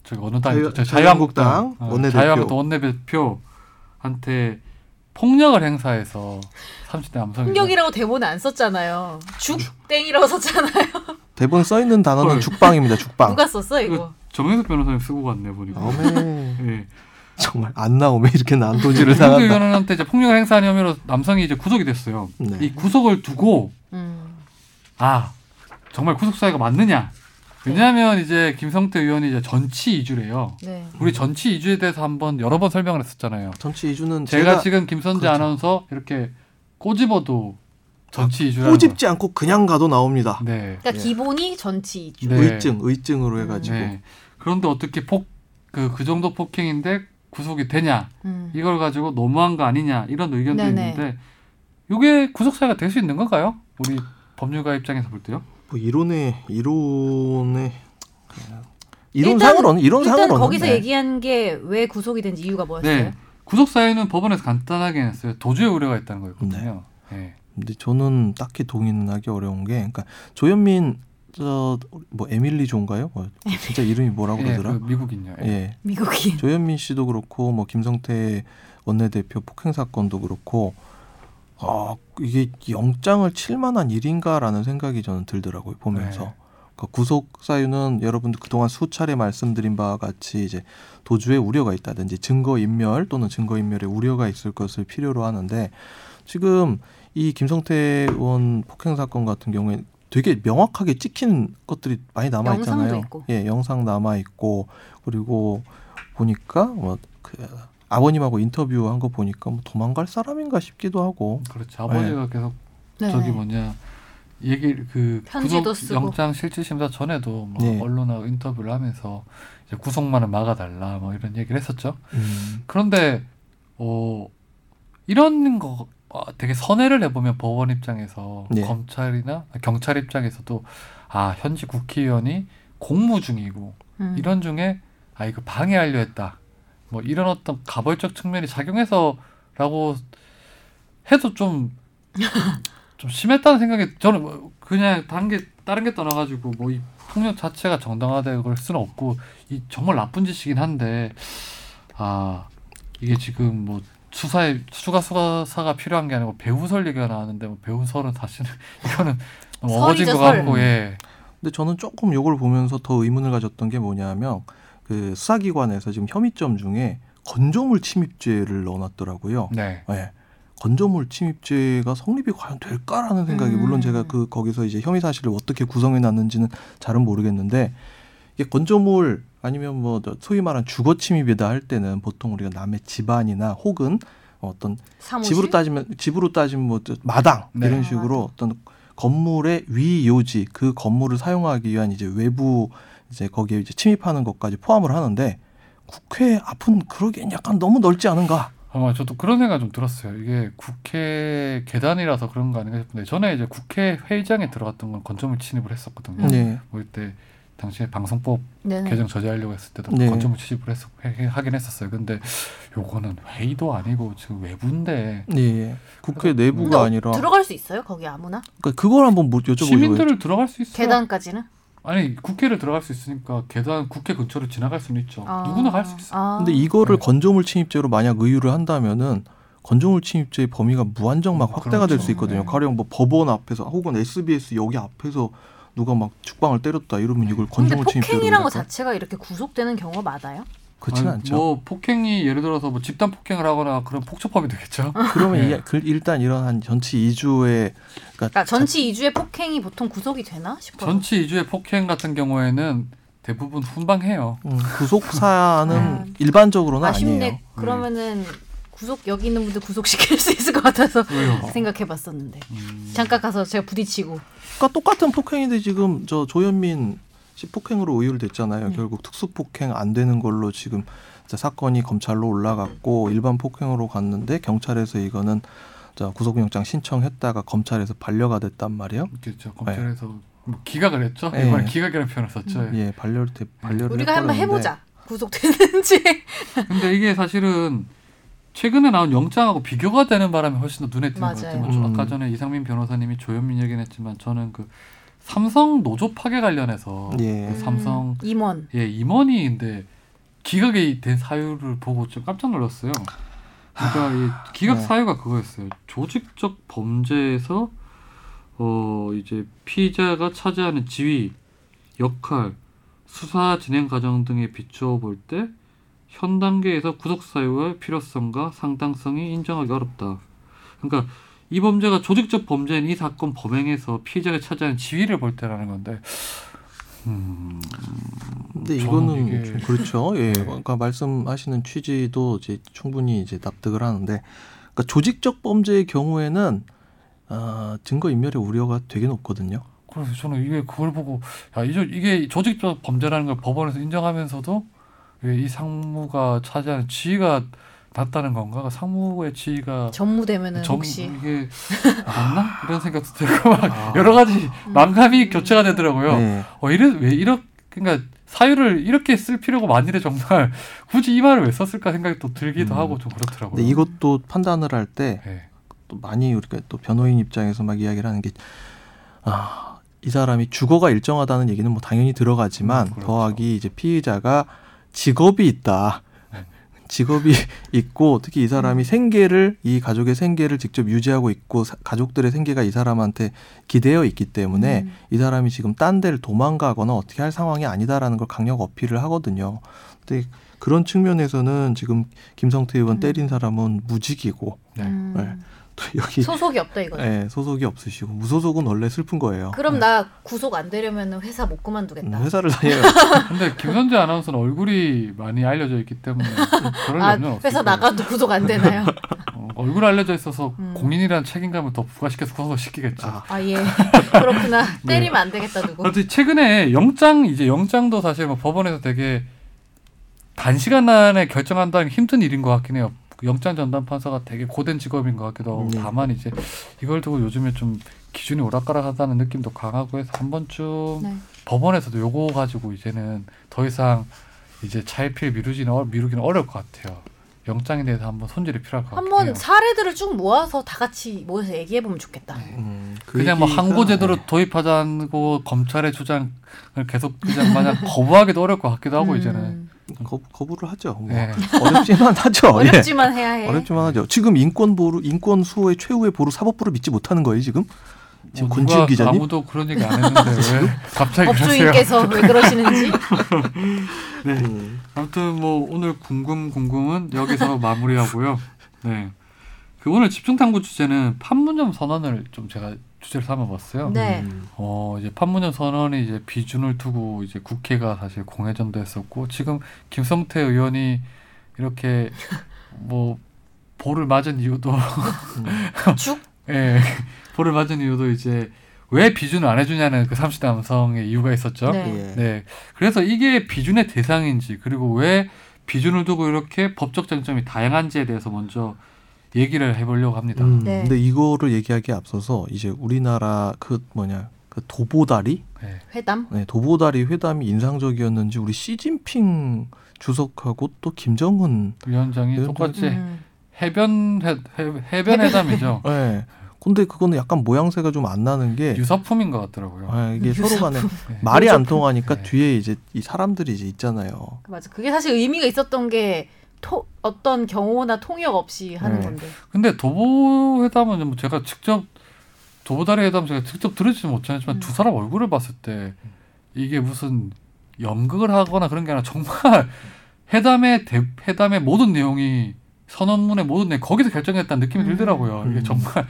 Speaker 1: 저기 어느 당이죠? 저
Speaker 3: 자유-
Speaker 1: 자유한국당
Speaker 3: 자유한국당
Speaker 1: 어,
Speaker 3: 원내대표.
Speaker 1: 자유한국당 원내대표한테 폭력을 행사해서 30대 남성이
Speaker 2: 풍경이라고 대본에 안 썼잖아요. 죽땡이라고 썼잖아요.
Speaker 3: 대본 써 있는 단어는
Speaker 1: 헐.
Speaker 3: 죽방입니다. 죽방.
Speaker 2: 누가 썼어
Speaker 1: 이거
Speaker 2: 이거?
Speaker 1: 정현석 변호사님 쓰고 갔네 보니까.
Speaker 3: 어메
Speaker 1: 예.
Speaker 3: 정말 안 나오면 이렇게 난도질을
Speaker 1: 김성태
Speaker 3: 당한다.
Speaker 1: 의원한테 이제 폭력을 행사한 혐의로 남성이 이제 구속이 됐어요.
Speaker 3: 네.
Speaker 1: 이 구속을 두고
Speaker 2: 음.
Speaker 1: 아 정말 구속 사유가 맞느냐? 왜냐하면 이제 김성태 의원이 이제 전치 이주래요.
Speaker 2: 네.
Speaker 3: 음.
Speaker 1: 우리 전치 이주에 대해서 한번 여러 번 설명을 했었잖아요.
Speaker 3: 정치 이주는
Speaker 1: 제가,
Speaker 3: 제가,
Speaker 1: 지금 김선재
Speaker 3: 그렇죠.
Speaker 1: 아나운서 이렇게 꼬집어도 전치 이주라는
Speaker 3: 아, 꼬집지 않고 그냥 가도 나옵니다.
Speaker 1: 거. 네.
Speaker 2: 그러니까
Speaker 3: 예.
Speaker 2: 기본이 전치 이주.
Speaker 3: 그렇죠.
Speaker 1: 네.
Speaker 3: 의증 의증으로
Speaker 2: 음.
Speaker 3: 해가지고
Speaker 1: 네. 그런데 어떻게 폭 그 그 정도 폭행인데 구속이 되냐
Speaker 2: 음.
Speaker 1: 이걸 가지고 너무한 거 아니냐 이런 의견도
Speaker 2: 네네.
Speaker 1: 있는데 이게 구속 사유가 될 수 있는 건가요? 우리 법률가 입장에서 볼 때요.
Speaker 3: 뭐 이론에 이론에 이론상으로는 이론상으로는
Speaker 2: 일단 거기서
Speaker 3: 네.
Speaker 2: 얘기한 게 왜 구속이 된 이유가 뭐였어요?
Speaker 1: 네, 구속 사유는 법원에서 간단하게 했어요. 도주의 우려가 있다는 거였거든요. 네.
Speaker 3: 근데 저는 딱히 동의는 하기 어려운 게 그러니까 조현민 저 뭐 에밀리 존가요? 뭐 진짜 이름이
Speaker 2: 네,
Speaker 3: 뭐라고
Speaker 1: 예,
Speaker 3: 그러더라?
Speaker 1: 그 미국인요. 예.
Speaker 3: 예.
Speaker 2: 미국인.
Speaker 3: 조현민 씨도 그렇고 뭐 김성태 원내대표 폭행 사건도 그렇고 아 이게 영장을 칠 만한 일인가라는 생각이 저는 들더라고요 보면서
Speaker 1: 네.
Speaker 3: 그러니까 구속 사유는 여러분들 그동안 수차례 말씀드린 바와 같이 이제 도주의 우려가 있다든지 증거 인멸 또는 증거 인멸의 우려가 있을 것을 필요로 하는데 지금 이 김성태 의원 폭행 사건 같은 경우에 되게 명확하게 찍힌 것들이 많이 남아 있잖아요.
Speaker 2: 영상도 있고.
Speaker 3: 예, 영상 남아 있고 그리고 보니까 뭐 그 아버님하고 인터뷰한 거 보니까 뭐 도망갈 사람인가 싶기도 하고
Speaker 1: 그렇죠.
Speaker 3: 예.
Speaker 1: 아버지가 계속
Speaker 2: 네.
Speaker 1: 저기 뭐냐 얘기 그
Speaker 2: 편지도
Speaker 1: 구속
Speaker 2: 쓰고.
Speaker 1: 영장 실질 심사 전에도 뭐
Speaker 3: 네.
Speaker 1: 언론하고 인터뷰를 하면서 이제 구속만은 막아달라 뭐 이런 얘기를 했었죠. 음. 그런데 어 이런 거 어, 되게 선회를 해보면 법원 입장에서
Speaker 3: 네.
Speaker 1: 검찰이나 경찰 입장에서도 아 현지 국회의원이 공무 중이고
Speaker 2: 음.
Speaker 1: 이런 중에 아 이거 방해하려 했다 뭐 이런 어떤 가벌적 측면이 작용해서라고 해도 좀 좀 심했다는 생각이 저는 뭐 그냥 다른 게 다른 게 떠나가지고 뭐 이 폭력 자체가 정당화되고 그럴 수는 없고 이 정말 나쁜 짓이긴 한데 아 이게 지금 뭐 수사에 추가 수사가 필요한 게 아니고 배우설 얘기가 나왔는데 뭐 배우설은 사실은 이거는 너무 어거진
Speaker 2: 설이죠, 음.
Speaker 1: 것
Speaker 2: 설.
Speaker 1: 같고 예
Speaker 3: 근데 저는 조금 요걸 보면서 더 의문을 가졌던 게 뭐냐면 그 수사기관에서 지금 혐의점 중에 건조물 침입죄를 넣어놨더라고요.
Speaker 1: 네.
Speaker 3: 예. 건조물 침입죄가 성립이 과연 될까라는 생각이
Speaker 2: 음.
Speaker 3: 물론 제가 그 거기서 이제 혐의 사실을 어떻게 구성해 놨는지는 잘은 모르겠는데 이게 건조물 아니면 뭐저 소위 말하는 주거 침입이다 할 때는 보통 우리가 남의 집안이나 혹은 어떤
Speaker 2: 사무실?
Speaker 3: 집으로 따지면 집으로 따지면 뭐저 마당
Speaker 1: 네.
Speaker 3: 이런
Speaker 2: 아,
Speaker 3: 식으로 어떤 건물의 위 요지 그 건물을 사용하기 위한 이제 외부 이제 거기에 이제 침입하는 것까지 포함을 하는데 국회 앞은 그러기엔 약간 너무 넓지 않은가?
Speaker 1: 아마 저도 그런 생각 좀 들었어요. 이게 국회 계단이라서 그런 거 아닌가 싶은데 전에 이제 국회 회의장에 들어갔던 건 건조물 침입을 했었거든요.
Speaker 2: 음.
Speaker 3: 네.
Speaker 1: 뭐 이때 당시에 방송법
Speaker 2: 네네.
Speaker 1: 개정 저지하려고 했을 때도
Speaker 3: 네.
Speaker 1: 건조물 침입을 했었 해- 하긴 했었어요. 근데 요거는 회의도 아니고 지금 외부인데
Speaker 3: 예, 예. 국회
Speaker 2: 근데
Speaker 3: 내부가
Speaker 2: 어-
Speaker 3: 아니라
Speaker 2: 들어갈 수 있어요? 거기 아무나?
Speaker 3: 그러니까 그걸 한번 뭐 여쭤보려고
Speaker 1: 시민들을 들어갈 수 있어요.
Speaker 2: 계단까지는?
Speaker 1: 아니 국회를 들어갈 수 있으니까 계단 국회 근처를 지나갈 수는 있죠.
Speaker 2: 아.
Speaker 1: 누구나 갈 수 있어. 요
Speaker 2: 아.
Speaker 3: 근데 이거를
Speaker 1: 네.
Speaker 3: 건조물 침입죄로 만약 의유를 한다면은 건조물 침입죄의 범위가 무한정 막
Speaker 1: 음,
Speaker 3: 확대가 될 수
Speaker 1: 그렇죠.
Speaker 3: 있거든요.
Speaker 1: 네.
Speaker 3: 가령 뭐 법원 앞에서 혹은 SBS 여기 앞에서 누가 막 죽방을 때렸다 이러면 이걸
Speaker 2: 근데
Speaker 3: 건조물 침입죄로
Speaker 2: 폭행이란 거
Speaker 3: 생각할까요?
Speaker 2: 자체가 이렇게 구속되는 경우가 많아요?
Speaker 3: 그렇진
Speaker 1: 아니,
Speaker 3: 않죠.
Speaker 1: 뭐 폭행이 예를 들어서 뭐 집단 폭행을 하거나 그런 폭처법이
Speaker 2: 아.
Speaker 1: 되겠죠.
Speaker 3: 그러면
Speaker 1: 네.
Speaker 3: 이- 그- 일단 이런 한 전치 2주의 그러니까
Speaker 2: 그러니까 전치 2주의 폭행이 보통 구속이 되나 싶어요.
Speaker 1: 전치 2주의 폭행 같은 경우에는 대부분 훈방해요.
Speaker 3: 음, 구속 사안은
Speaker 2: 네.
Speaker 3: 일반적으로는
Speaker 2: 아쉽네.
Speaker 3: 아니에요.
Speaker 2: 그러면은 구속 여기 있는 분들 구속시킬 수 있을 것 같아서
Speaker 1: 왜요?
Speaker 2: 생각해봤었는데
Speaker 1: 음.
Speaker 2: 잠깐 가서 제가 부딪히고
Speaker 3: 그러니까 똑같은 폭행인데 지금 저 조현민 씨 폭행으로 의율됐잖아요.
Speaker 2: 네.
Speaker 3: 결국 특수 폭행 안 되는 걸로 지금 이제 사건이 검찰로 올라갔고 일반 폭행으로 갔는데 경찰에서 이거는 자 구속영장 신청했다가 검찰에서 반려가 됐단 말이에요.
Speaker 1: 그렇죠. 검찰에서
Speaker 3: 네.
Speaker 1: 뭐 기각을 했죠.
Speaker 3: 예.
Speaker 1: 이번에 기각이라는 표현을 썼죠. 예.
Speaker 3: 예, 반려를 대- 반려를
Speaker 2: 네. 우리가 한번
Speaker 3: 해버렸는데
Speaker 2: 해보자 구속되는지
Speaker 1: 예. 근데 이게 사실은 최근에 나온 영장하고 비교가 되는 바람에 훨씬 더 눈에 띄는 것 같아요. 뭐
Speaker 2: 맞아요.
Speaker 1: 저- 아까
Speaker 3: 음.
Speaker 1: 전에 이상민 변호사님이 조현민 얘기는 했지만 저는 그 삼성 노조 파괴 관련해서
Speaker 3: 예.
Speaker 1: 그 삼성
Speaker 2: 음, 임원
Speaker 1: 예 임원이인데 기각이 된 사유를 보고 좀 깜짝 놀랐어요. 그러니까 이 기각
Speaker 3: 네.
Speaker 1: 사유가 그거였어요. 조직적 범죄에서 어 이제 피의자가 차지하는 지위, 역할, 수사 진행 과정 등에 비추어 볼 때 현 단계에서 구속 사유의 필요성과 상당성이 인정하기 어렵다. 그러니까 이 범죄가 조직적 범죄인 이 사건 범행에서 피의자가 차지하는 지위를 볼 때라는 건데, 음,
Speaker 3: 근데
Speaker 1: 저는
Speaker 3: 이거는
Speaker 1: 이게-
Speaker 3: 좀 그렇죠. 예.
Speaker 2: 네.
Speaker 3: 그러니까 말씀하시는 취지도 이제 충분히 이제 납득을 하는데, 그러니까 조직적 범죄의 경우에는 아, 증거 인멸의 우려가 되게 높거든요.
Speaker 1: 그래서 저는 이게 그걸 보고 야 이제 이게 조직적 범죄라는 걸 법원에서 인정하면서도 왜 이 상무가 차지하는 지위가 낮다는 건가? 그 상무의 지위가
Speaker 2: 전무되면은
Speaker 1: 점-
Speaker 2: 혹시
Speaker 1: 이게 맞나? 이런 생각도 들고 막
Speaker 3: 아.
Speaker 1: 여러 가지
Speaker 2: 음.
Speaker 1: 난감이 교체가 되더라고요.
Speaker 3: 네.
Speaker 1: 어 이래 왜 이렇게 그러니까 사유를 이렇게 쓸 필요가 만일에 정말 굳이 이 말을 왜 썼을까 생각이 또 들기도
Speaker 3: 음.
Speaker 1: 하고 좀 그렇더라고요.
Speaker 3: 근데 이것도 판단을 할 때 또
Speaker 1: 예.
Speaker 3: 많이 우리가 또 변호인 입장에서 막 이야기를 하는 게 아, 이 사람이 주거가 일정하다는 얘기는 뭐 당연히 들어가지만
Speaker 1: 음, 그렇죠.
Speaker 3: 더하기 이제 피의자가 직업이 있다.
Speaker 1: 네.
Speaker 3: 직업이 있고 특히 이
Speaker 1: 음.
Speaker 3: 사람이 생계를 이 가족의 생계를 직접 유지하고 있고 사- 가족들의 생계가 이 사람한테 기대어 있기 때문에
Speaker 2: 음.
Speaker 3: 이 사람이 지금 딴 데를 도망가거나 어떻게 할 상황이 아니다라는 걸 강력 어필을 하거든요. 근데 그런 측면에서는 지금 김성태 의원
Speaker 2: 음.
Speaker 3: 때린 사람은 무직이고
Speaker 1: 네.
Speaker 2: 음.
Speaker 3: 네. 또 여기
Speaker 2: 소속이 없다 이거죠.
Speaker 3: 예, 소속이 없으시고 무소속은 원래 슬픈 거예요.
Speaker 2: 그럼
Speaker 1: 네.
Speaker 2: 나 구속 안 되려면 회사 못
Speaker 3: 음,
Speaker 2: 그만두겠다.
Speaker 3: 회사를 다녀요.
Speaker 1: 근데 김선재 아나운서는 얼굴이 많이 알려져 있기 때문에 그런
Speaker 2: 아,
Speaker 1: 염려는 없어요.
Speaker 2: 회사 나가도 구속 안 되나요?
Speaker 1: 얼굴 알려져 있어서
Speaker 2: 음.
Speaker 1: 공인이라는 책임감을 더 부과시켜서 구속시키겠죠.
Speaker 3: 아,
Speaker 2: 아 예. 그렇구나. 때리면 안 되겠다 누구.
Speaker 1: 그렇지 최근에 영장 이제 영장도 사실 뭐 법원에서 되게 단시간 안에 결정한다는 게 힘든 일인 것 같긴 해요. 그 영장 전담 판사가 되게 고된 직업인 것 같기도 하고
Speaker 3: 네.
Speaker 1: 다만 이제 이걸 두고 요즘에 좀 기준이 오락가락하다는 느낌도 강하고 해서 한 번쯤
Speaker 2: 네.
Speaker 1: 법원에서도 요거 가지고 이제는 더 이상 이제 차일피일 미루지는 어- 미루기는 어려울 것 같아요. 영장에 대해서 한번 손질이 필요할 것 같아요.
Speaker 2: 한번 사례들을 쭉 모아서 다 같이 모여서 얘기해 보면 좋겠다.
Speaker 3: 음, 그
Speaker 1: 그냥 뭐
Speaker 3: 얘기가-
Speaker 1: 항고 제도를
Speaker 3: 예.
Speaker 1: 도입하자고 검찰의 주장을 계속 그냥 마냥 거부하기도 어려울 것 같기도 하고
Speaker 2: 음.
Speaker 1: 이제는
Speaker 3: 예, 거, 거부를 하죠. 뭐.
Speaker 1: 예.
Speaker 3: 어렵지만 하죠.
Speaker 2: 어렵지만 해야
Speaker 3: 예.
Speaker 2: 해.
Speaker 3: 어렵지만 하죠. 지금 인권 보루, 인권 수호의 최후의 보루 사법부를 믿지 못하는 거예요 지금? 지금
Speaker 1: 뭐
Speaker 3: 권지윤
Speaker 1: 누가
Speaker 3: 기자님?
Speaker 1: 아무도 그런 얘기 안 했는데 왜 갑자기 그러세요?
Speaker 2: 업주인께서 왜 그러시는지. 네.
Speaker 3: 음.
Speaker 1: 아무튼 뭐 오늘 궁금 궁금은 여기서 마무리하고요. 네. 그 오늘 집중 탐구 주제는 판문점 선언을 좀 제가 주제를 삼아봤어요.
Speaker 2: 네.
Speaker 1: 어 이제 판문점 선언이 이제 비준을 두고 이제 국회가 사실 공회전도 했었고 지금 김성태 의원이 이렇게 뭐 볼을 맞은 이유도
Speaker 2: 죽.
Speaker 1: 예 볼을 맞은 이유도 이제 왜 비준을 안 해주냐는 그 30대 남성의 이유가 있었죠.
Speaker 2: 네.
Speaker 3: 예.
Speaker 1: 네. 그래서 이게 비준의 대상인지 그리고 왜 비준을 두고 이렇게 법적 쟁점이 다양한지에 대해서 먼저 얘기를 해보려고 합니다.
Speaker 3: 음,
Speaker 2: 네.
Speaker 3: 근데 이거를 얘기하기에 앞서서 이제 우리나라 그 뭐냐 그 도보다리,
Speaker 1: 네.
Speaker 2: 회담.
Speaker 3: 네, 도보다리 회담이 인상적이었는지 우리 시진핑 주석하고 또 김정은,
Speaker 1: 위원장이
Speaker 3: 음,
Speaker 1: 똑같이
Speaker 2: 음.
Speaker 1: 해변 회, 해, 해변 회담이죠.
Speaker 3: 예. 근데 그거는 약간 모양새가 좀 안 나는 게
Speaker 1: 유사품인 것 같더라고요.
Speaker 3: 네. 아, 이게
Speaker 2: 유사품.
Speaker 3: 서로 간에
Speaker 1: 네.
Speaker 3: 말이 안 통하니까
Speaker 1: 네.
Speaker 3: 뒤에 이제 이 사람들이 이제 있잖아요. 네.
Speaker 2: 맞아. 그게 사실 의미가 있었던 게 토, 어떤 경호나 통역 없이 하는
Speaker 3: 네.
Speaker 2: 건데.
Speaker 1: 근데 도보 회담은 뭐 제가 직접 도보다리 회담 제가 직접 들으지 못했지만
Speaker 2: 음.
Speaker 1: 두 사람 얼굴을 봤을 때 이게 무슨 연극을 하거나 그런 게 아니라 정말 회담의 대, 회담의 모든 내용이 선언문의 모든 내용 거기서 결정했다는 느낌이
Speaker 2: 음.
Speaker 1: 들더라고요. 이게
Speaker 3: 음.
Speaker 1: 정말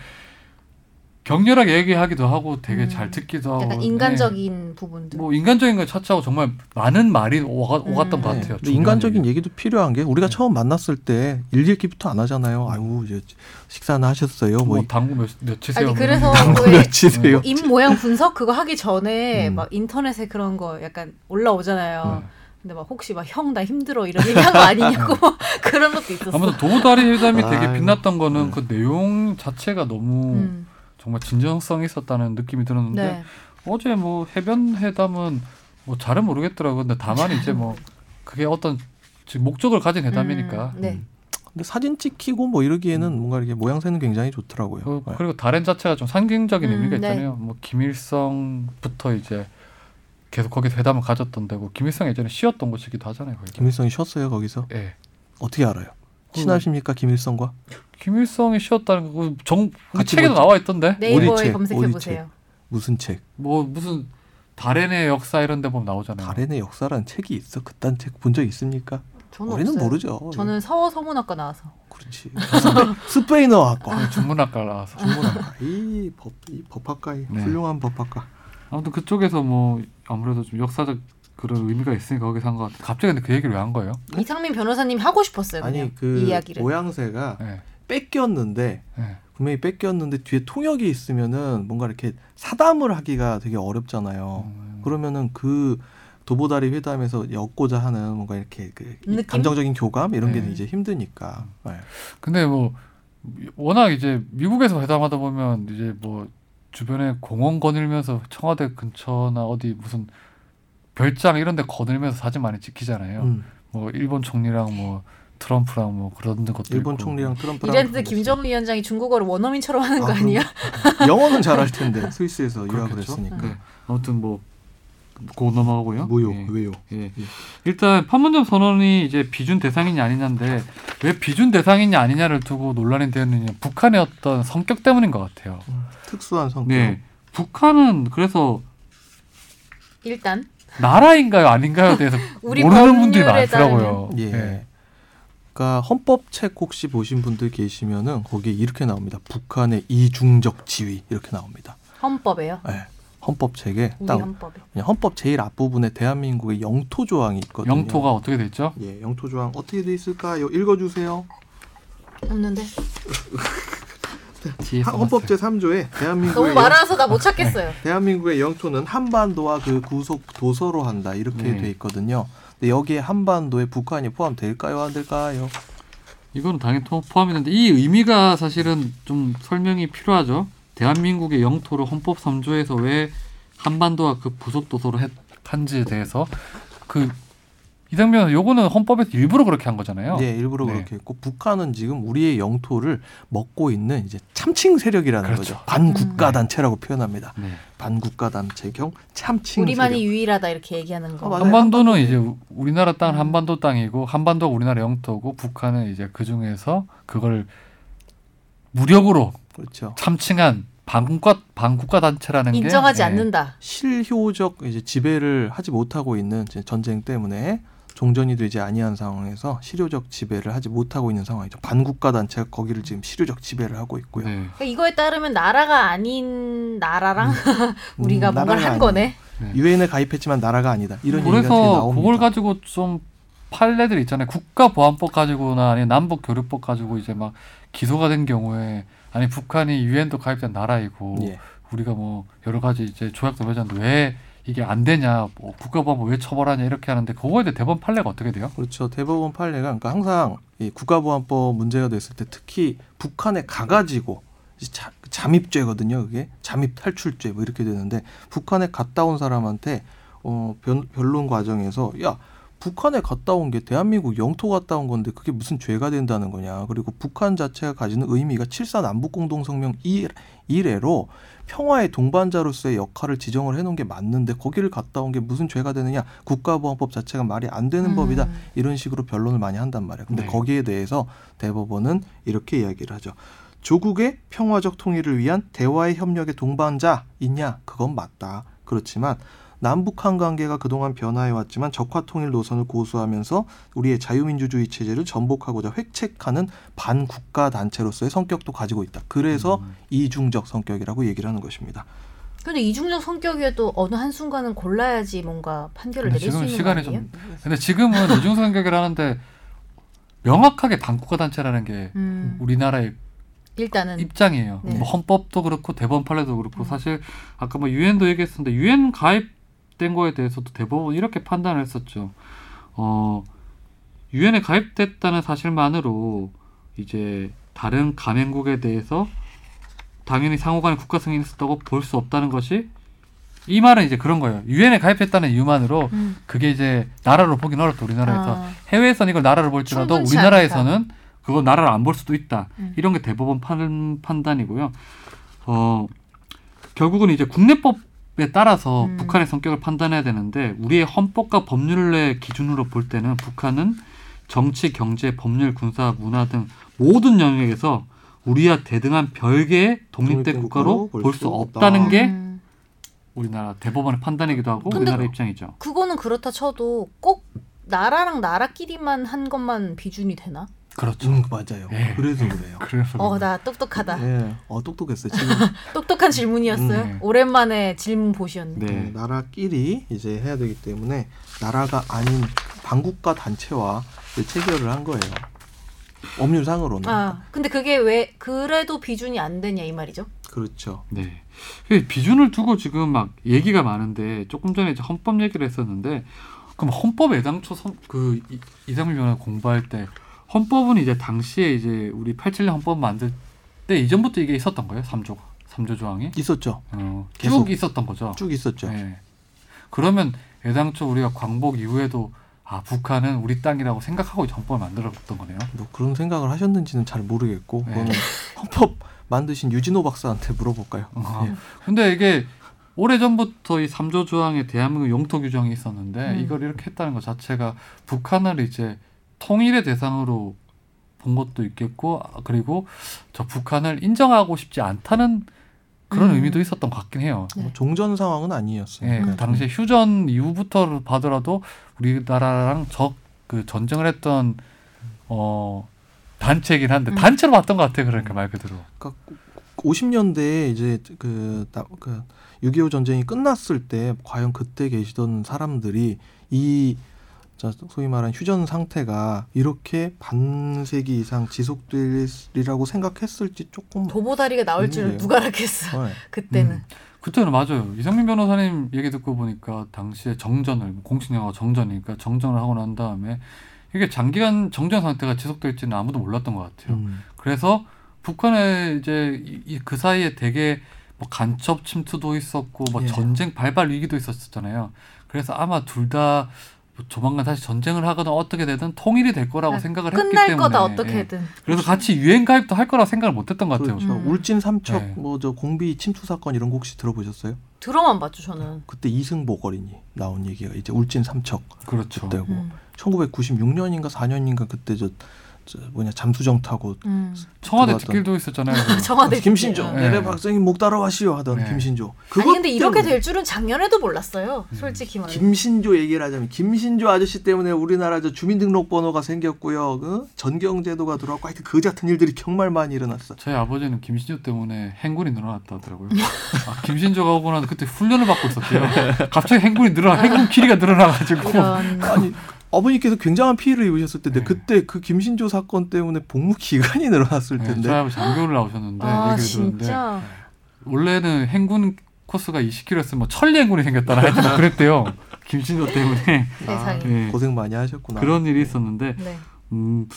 Speaker 1: 격렬하게 얘기하기도 하고 되게
Speaker 2: 음.
Speaker 1: 잘 듣기도 하고
Speaker 2: 약간
Speaker 1: 네.
Speaker 2: 인간적인 부분들.
Speaker 1: 뭐 인간적인 걸 차치하고 정말 많은 말이 오가, 오갔던
Speaker 2: 음.
Speaker 1: 것
Speaker 3: 네.
Speaker 1: 같아요.
Speaker 3: 근데 인간적인
Speaker 1: 중요한
Speaker 3: 얘기도 필요한 게 우리가
Speaker 1: 네.
Speaker 3: 처음 만났을 때 일일기부터 안 하잖아요. 아유 이제 식사나 하셨어요?
Speaker 1: 얘기. 뭐
Speaker 3: 뭐
Speaker 1: 당구 몇, 몇 치세요?
Speaker 2: 아니, 그래서
Speaker 1: 그러면.
Speaker 2: 뭐 왜-
Speaker 3: 며칠이세요?
Speaker 2: 입 모양 분석 그거 하기 전에
Speaker 3: 음.
Speaker 2: 막 인터넷에 그런 거 약간 올라오잖아요.
Speaker 1: 네.
Speaker 2: 근데 막 혹시 막 형 나 힘들어 이런 얘기 한거 아니냐고
Speaker 3: 네.
Speaker 2: 그런 것도 있었어.
Speaker 1: 아무튼 도보다리 회담이 되게
Speaker 3: 아유.
Speaker 1: 빛났던 거는
Speaker 3: 네.
Speaker 1: 그 내용 자체가 너무
Speaker 2: 음,
Speaker 1: 정말 진정성이 있었다는 느낌이 들었는데
Speaker 2: 네.
Speaker 1: 어제 뭐 해변 회담은 뭐 잘은 모르겠더라고요. 근데 다만 이제 뭐 그게 어떤 지금 목적을 가진 회담이니까
Speaker 2: 음, 네. 음.
Speaker 3: 음. 근데 사진 찍히고 뭐 이러기에는 뭔가 이렇게 모양새는 굉장히 좋더라고요.
Speaker 1: 그-
Speaker 3: 네.
Speaker 1: 그리고 다른 자체가 좀 상징적인
Speaker 2: 음,
Speaker 1: 의미가
Speaker 2: 네.
Speaker 1: 있잖아요. 뭐 김일성부터 이제 계속 거기서 회담을 가졌던 데고 김일성 예전에 쉬었던 곳이기도 하잖아요. 거기가.
Speaker 3: 김일성이 쉬었어요 거기서
Speaker 1: 예.
Speaker 3: 어떻게 알아요? 친하십니까 김일성과?
Speaker 1: 김일성이 쉬었다는 거정
Speaker 3: 같이
Speaker 1: 책에도
Speaker 3: 뭐-
Speaker 1: 나와 있던데.
Speaker 3: 오리
Speaker 2: 네이버에
Speaker 3: 책,
Speaker 2: 검색해
Speaker 3: 오리
Speaker 2: 보세요.
Speaker 3: 무슨 책?
Speaker 1: 뭐 무슨 바렌의 역사 이런 데 보면 나오잖아요.
Speaker 3: 달인의 역사라는 책이 있어? 그딴 책 본 적 있습니까?
Speaker 2: 저는
Speaker 3: 우리는
Speaker 2: 없어요.
Speaker 3: 모르죠. 네.
Speaker 2: 저는 서어 서문학과 나와서
Speaker 3: 그렇지. 스페인어학과.
Speaker 2: 네.
Speaker 1: 중문학과 나와서
Speaker 3: 중문학과. 이, 법, 이 법학과의
Speaker 1: 네.
Speaker 3: 훌륭한 법학과.
Speaker 1: 아무튼 그쪽에서 뭐 아무래도 좀 역사적 그런 의미가 있으니까 거기서 한 것 같아. 갑자기 근데 그 얘기를 왜 한 거예요?
Speaker 3: 네?
Speaker 2: 이상민 변호사님 하고 싶었어요. 네, 그냥
Speaker 3: 아니 그
Speaker 2: 이 이야기를.
Speaker 3: 모양새가
Speaker 1: 예.
Speaker 3: 뺏겼는데
Speaker 1: 예.
Speaker 3: 분명히 뺏겼는데 뒤에 통역이 있으면은 뭔가 이렇게 사담을 하기가 되게 어렵잖아요.
Speaker 1: 음,
Speaker 3: 그러면은 그 도보다리 회담에서 엮고자 하는 뭔가 이렇게 그
Speaker 2: 느낌?
Speaker 3: 감정적인 교감 이런 게
Speaker 2: 네.
Speaker 3: 이제 힘드니까. 네.
Speaker 1: 근데 뭐 워낙 이제 미국에서 회담하다 보면 이제 뭐 주변에 공원 거닐면서 청와대 근처나 어디 무슨 별장 이런 데 거닐면서 사진 많이 찍히잖아요.
Speaker 3: 음.
Speaker 1: 뭐 일본 총리랑 뭐 트럼프랑 뭐 그런 것도
Speaker 3: 일본
Speaker 1: 있고. 뭐
Speaker 3: 총리랑 트럼프랑
Speaker 2: 이랬는데
Speaker 3: 그런 거
Speaker 2: 김정은 위원장이 중국어를 원어민처럼 하는
Speaker 3: 아,
Speaker 2: 거 아니야?
Speaker 3: 있어요. 영어는 잘할 텐데 스위스에서 유학을
Speaker 1: 그렇겠죠.
Speaker 3: 했으니까.
Speaker 1: 네. 아무튼 뭐 그거 넘어가고요.
Speaker 3: 무효,
Speaker 1: 예.
Speaker 3: 외요.
Speaker 1: 예. 일단 판문점 선언이 이제 비준 대상이냐 아니냐인데 왜 비준 대상이냐 아니냐를 두고 논란이 되느냐 북한의 어떤 성격 때문인 것 같아요.
Speaker 3: 어, 특수한 성격.
Speaker 1: 네. 북한은 그래서
Speaker 2: 일단
Speaker 1: 나라인가요 아닌가요에 대해서
Speaker 2: 우리
Speaker 1: 모르는 분들이
Speaker 2: 법률에
Speaker 1: 많더라고요.
Speaker 3: 예.
Speaker 1: 예.
Speaker 3: 그러니까 헌법책 혹시 보신 분들 계시면은 거기에 이렇게 나옵니다. 북한의 이중적 지위 이렇게 나옵니다.
Speaker 2: 헌법에요.
Speaker 3: 예. 헌법책에
Speaker 2: 우리
Speaker 3: 딱
Speaker 2: 헌법에.
Speaker 3: 그냥 헌법 제일 앞부분에 대한민국의 영토 조항이 있거든요.
Speaker 1: 영토가 어떻게 돼 있죠?
Speaker 3: 예, 영토 조항 어떻게 돼 있을까요? 읽어 주세요.
Speaker 2: 없는데
Speaker 1: 뒤에
Speaker 3: 헌법
Speaker 1: 써놨어요.
Speaker 3: 제3조에
Speaker 2: 너무
Speaker 3: 대한민국의 영,
Speaker 2: 많아서 나 못
Speaker 3: 네.
Speaker 2: 찾겠어요.
Speaker 3: 대한민국의 영토는 한반도와 그 구속 도서로 한다. 이렇게
Speaker 1: 네.
Speaker 3: 돼 있거든요. 근데 여기에 한반도에 북한이 포함될까요? 안 될까요?
Speaker 1: 이건 당연히 포- 포함했는데 이 의미가 사실은 좀 설명이 필요하죠. 대한민국의 영토를 헌법 3조에서 왜 한반도와 그 부속 도서로 했- 한지에 대해서 그 이상면 요거는 헌법에서 일부러 그렇게 한 거잖아요.
Speaker 3: 예, 일부러
Speaker 1: 네.
Speaker 3: 그렇게 했고 북한은 지금 우리의 영토를 먹고 있는 이제 참칭 세력이라는
Speaker 1: 그렇죠.
Speaker 3: 거죠. 반국가 단체라고 표현합니다.
Speaker 1: 네.
Speaker 3: 반국가 단체 겸 참칭
Speaker 2: 우리만이
Speaker 3: 세력.
Speaker 2: 유일하다 이렇게 얘기하는 거.
Speaker 3: 아, 맞아요.
Speaker 1: 한반도는 이제 우- 우리나라 땅 한반도 땅이고 한반도가 우리나라 영토고 북한은 이제 그 중에서 그걸 무력으로
Speaker 3: 그렇죠.
Speaker 1: 참칭한 반국가 반국가 단체라는 게
Speaker 2: 인정하지
Speaker 3: 네.
Speaker 1: 예.
Speaker 2: 않는다.
Speaker 3: 실효적 이제 지배를 하지 못하고 있는 이제 전쟁 때문에 종전이 되지 아니한 상황에서 실효적 지배를 하지 못하고 있는 상황이죠. 반국가 단체가 거기를 지금 실효적 지배를 하고 있고요.
Speaker 1: 네.
Speaker 2: 그러니까 이거에 따르면 나라가 아닌 나라랑 우리가
Speaker 3: 음,
Speaker 2: 뭔가를
Speaker 3: 나라가
Speaker 2: 한 거네.
Speaker 3: 유엔에 가입했지만 나라가 아니다. 이런 얘기가 되게
Speaker 1: 그래서
Speaker 3: 나옵니다.
Speaker 1: 그걸 가지고 좀 판례들 있잖아요. 국가보안법 가지고나 아니 남북 교류법 가지고 이제 막 기소가 된 경우에 아니 북한이 유엔도 가입된 나라이고
Speaker 3: 예.
Speaker 1: 우리가 뭐 여러 가지 이제 조약도 맺었는데 왜 이게 안 되냐, 뭐 국가보안법 왜 처벌하냐 이렇게 하는데 그거에 대해 대법원 판례가 어떻게 돼요?
Speaker 3: 그렇죠. 대법원 판례가 그러니까 항상 이 국가보안법 문제가 됐을 때 특히 북한에 가가지고 이제 자- 잠입죄거든요. 그게 잠입 탈출죄 뭐 이렇게 되는데 북한에 갔다 온 사람한테 어, 변, 변론 과정에서 야 북한에 갔다 온 게 대한민국 영토 갔다 온 건데 그게 무슨 죄가 된다는 거냐. 그리고 북한 자체가 가지는 의미가 7사 남북공동성명 1회로 평화의 동반자로서의 역할을 지정을 해놓은 게 맞는데 거기를 갔다 온 게 무슨 죄가 되느냐. 국가보안법 자체가 말이 안 되는
Speaker 2: 음.
Speaker 3: 법이다. 이런 식으로 변론을 많이 한단 말이에요. 근데
Speaker 1: 네.
Speaker 3: 거기에 대해서 대법원은 이렇게 이야기를 하죠. 조국의 평화적 통일을 위한 대화의 협력의 동반자 있냐? 그건 맞다. 그렇지만 남북한 관계가 그동안 변화해 왔지만 적화 통일 노선을 고수하면서 우리의 자유민주주의 체제를 전복하고자 획책하는 반국가 단체로서의 성격도 가지고 있다. 그래서
Speaker 1: 음.
Speaker 3: 이중적 성격이라고 얘기를 하는 것입니다.
Speaker 2: 근데 이중적 성격이어도 어느 한 순간은 골라야지 뭔가 판결을
Speaker 1: 근데
Speaker 2: 내릴 수
Speaker 1: 지금
Speaker 2: 있는
Speaker 1: 시간이
Speaker 2: 거 아니에요?
Speaker 1: 좀 근데 지금은 이중성격이라 하는데 명확하게 반국가 단체라는 게
Speaker 2: 음,
Speaker 1: 우리나라의
Speaker 2: 일단은
Speaker 1: 입장이에요.
Speaker 2: 네.
Speaker 1: 뭐 헌법도 그렇고 대법원 판례도 그렇고
Speaker 2: 음.
Speaker 1: 사실 아까 뭐 유엔도 얘기했었는데 유엔 가입된 거에 대해서도 대법원 이렇게 판단을 했었죠. 어 유엔에 가입됐다는 사실만으로 이제 다른 가맹국에 대해서 당연히 상호간에 국가 승인이 있었다고 볼 수 없다는 것이 이 말은 이제 그런 거예요. 유엔에 가입했다는 이유만으로
Speaker 2: 음.
Speaker 1: 그게 이제 나라로 보긴 어렵다 우리나라에서
Speaker 2: 아,
Speaker 1: 해외에서는 이걸 나라를 볼지라도
Speaker 2: 충분치
Speaker 1: 우리나라에서는 그거 나라를 안 볼 수도 있다.
Speaker 2: 음.
Speaker 1: 이런 게 대법원 판, 판단이고요. 어, 결국은 이제 국내법에 따라서
Speaker 2: 음.
Speaker 1: 북한의 성격을 판단해야 되는데 우리의 헌법과 법률의 기준으로 볼 때는 북한은 정치, 경제, 법률, 군사, 문화 등 모든 영역에서 우리와 대등한 별개의 독립된
Speaker 3: 독립된
Speaker 1: 국가로
Speaker 3: 국가로
Speaker 1: 볼
Speaker 3: 볼
Speaker 1: 수
Speaker 3: 수 없다.
Speaker 1: 없다는 게
Speaker 2: 음.
Speaker 1: 우리나라 대법원의 판단이기도 하고
Speaker 2: 근데
Speaker 1: 우리나라 입장이죠.
Speaker 2: 그거는 그렇다 쳐도 꼭 나라랑 나라끼리만 한 것만 비준이 되나?
Speaker 1: 그렇죠.
Speaker 3: 음, 맞아요.
Speaker 1: 예.
Speaker 3: 그래서 그래요.
Speaker 1: 그래서
Speaker 2: 어, 나 똑똑하다.
Speaker 3: 예. 어, 똑똑했어요. 지금
Speaker 2: 똑똑한 질문이었어요.
Speaker 1: 음, 네.
Speaker 2: 오랜만에 질문 보셨네.
Speaker 1: 네.
Speaker 3: 네, 나라끼리 이제 해야 되기 때문에 나라가 아닌 반국가 단체와 이제 체결을 한 거예요. 법률상으로는.
Speaker 1: 아.
Speaker 2: 아, 근데 그게 왜 그래도 비준이 안 되냐 이 말이죠?
Speaker 3: 그렇죠.
Speaker 1: 네. 그 비준을 두고 지금 막 얘기가 많은데 조금 전에 이제 헌법 얘기를 했었는데 그럼 헌법 애당초 선- 그 이- 이상민 변호사 공부할 때 헌법은 이제 당시에 이제 우리 87년 헌법 만들 때 이전부터 이게 있었던 거예요? 삼조삼조 조항이?
Speaker 3: 있었죠.
Speaker 1: 어,
Speaker 3: 계속.
Speaker 1: 쭉 있었던 거죠.
Speaker 3: 쭉 있었죠.
Speaker 1: 네. 그러면 애당초 우리가 광복 이후에도 아 북한은 우리 땅이라고 생각하고 이제 헌법을 만들었던 거네요.
Speaker 3: 뭐 그런 생각을 하셨는지는 잘 모르겠고
Speaker 1: 네.
Speaker 3: 그거는 헌법 만드신 유진호 박사한테 물어볼까요?
Speaker 1: 어.
Speaker 3: 예.
Speaker 1: 근데 이게 오래전부터 이삼조 조항에 대한민국 영토 규정이 있었는데
Speaker 4: 음.
Speaker 1: 이걸 이렇게 했다는 것 자체가 북한을 이제 통일의 대상으로 본 것도 있겠고 아, 그리고 저 북한을 인정하고 싶지 않다는 그런
Speaker 4: 음.
Speaker 1: 의미도 있었던 것 같긴 해요.
Speaker 3: 뭐 종전 상황은
Speaker 1: 예,
Speaker 3: 아니었어요.
Speaker 1: 그 당시 휴전 이후부터 봐더라도 우리나라랑 적 그 전쟁을 했던 어 단체이긴 한데
Speaker 4: 음.
Speaker 1: 단체로 봤던 것 같아 요 그러니까 말 그대로.
Speaker 3: 50년대에 이제 그, 나- 그6.25 전쟁이 끝났을 때 과연 그때 계시던 사람들이 이 자, 소위 말하는 휴전 상태가 이렇게 반세기 이상 지속될이라고 생각했을지 조금
Speaker 2: 도보다리가 나올 줄을
Speaker 3: 의미네요.
Speaker 2: 누가 알았겠어.
Speaker 3: 어, 예.
Speaker 2: 그때는.
Speaker 1: 음. 그때는 맞아요. 이상민 변호사님 얘기 듣고 보니까 당시에 정전을 뭐 공식 영화 정전이니까 정전을 하고 난 다음에 이게 장기간 정전 상태가 지속될지는 아무도 몰랐던 것 같아요.
Speaker 3: 음.
Speaker 1: 그래서 북한에 이제 이- 이- 그 사이에 되게 뭐 간첩 침투도 있었고 뭐
Speaker 3: 예.
Speaker 1: 전쟁 발발 위기도 있었잖아요. 그래서 아마 둘 다뭐 조만간 다시 전쟁을 하거나 어떻게 되든 통일이 될 거라고
Speaker 2: 네.
Speaker 1: 생각을 했기 때문에
Speaker 2: 끝날 거다
Speaker 1: 예.
Speaker 2: 어떻게든.
Speaker 1: 그래서 같이 유엔 가입도 할 거라고 생각을 못 했던 것 같아요.
Speaker 3: 그렇죠.
Speaker 2: 음.
Speaker 3: 울진 삼척
Speaker 1: 네.
Speaker 3: 뭐 저 공비 침투 사건 이런 거 혹시 들어보셨어요?
Speaker 2: 들어만 봤죠 저는.
Speaker 3: 그때 이승복 어린이 나온 얘기가 이제 울진 삼척
Speaker 1: 그렇죠.
Speaker 3: 그때고
Speaker 2: 음.
Speaker 3: 1996년인가 4년인가 그때 저, 저 뭐냐 잠수정 타고
Speaker 2: 음.
Speaker 1: 청와대
Speaker 3: 들어갔던-
Speaker 1: 특길도 있었잖아요.
Speaker 2: 청와대
Speaker 3: 김신조
Speaker 2: 기자.
Speaker 1: 네.
Speaker 3: 내래 박사님 목 따라와시오 하던
Speaker 1: 네.
Speaker 3: 김신조
Speaker 2: 아니 근데
Speaker 1: 음.
Speaker 2: 이렇게
Speaker 3: 때문에
Speaker 2: 될 줄은 작년에도 몰랐어요. 솔직히 말해.
Speaker 3: 김신조 얘기를 하자면 김신조 아저씨 때문에 우리나라 저 주민등록번호가 생겼고요 그 전경제도가 들어왔고 하여튼 그 같은 일들이 정말 많이 일어났어
Speaker 1: 저희 아버지는 김신조 때문에 행군이 늘어났다더라고요. 아, 김신조가 오고 나서 그때 훈련을 받고 있었대요. 갑자기 행군이 늘어나, 행군 길이가 늘어나가지고.
Speaker 2: 이런.
Speaker 3: 아니 아버님께서 굉장한 피해를 입으셨을 텐데
Speaker 1: 네.
Speaker 3: 그때 그 김신조 사건 때문에 복무 기간이 늘어났을
Speaker 1: 네,
Speaker 3: 텐데
Speaker 1: 저희 아버지 장교를 나오셨는데
Speaker 2: 아
Speaker 1: 얘기를 들었는데
Speaker 2: 진짜.
Speaker 1: 원래는 행군 코스가 20km였으면 뭐 천리 행군이 생겼다나 하여튼 뭐 그랬대요. 김신조 때문에
Speaker 2: 아, 세상에.
Speaker 1: 네,
Speaker 3: 고생 많이 하셨구나
Speaker 1: 그런 일이 있었는데
Speaker 2: 네.
Speaker 1: 음,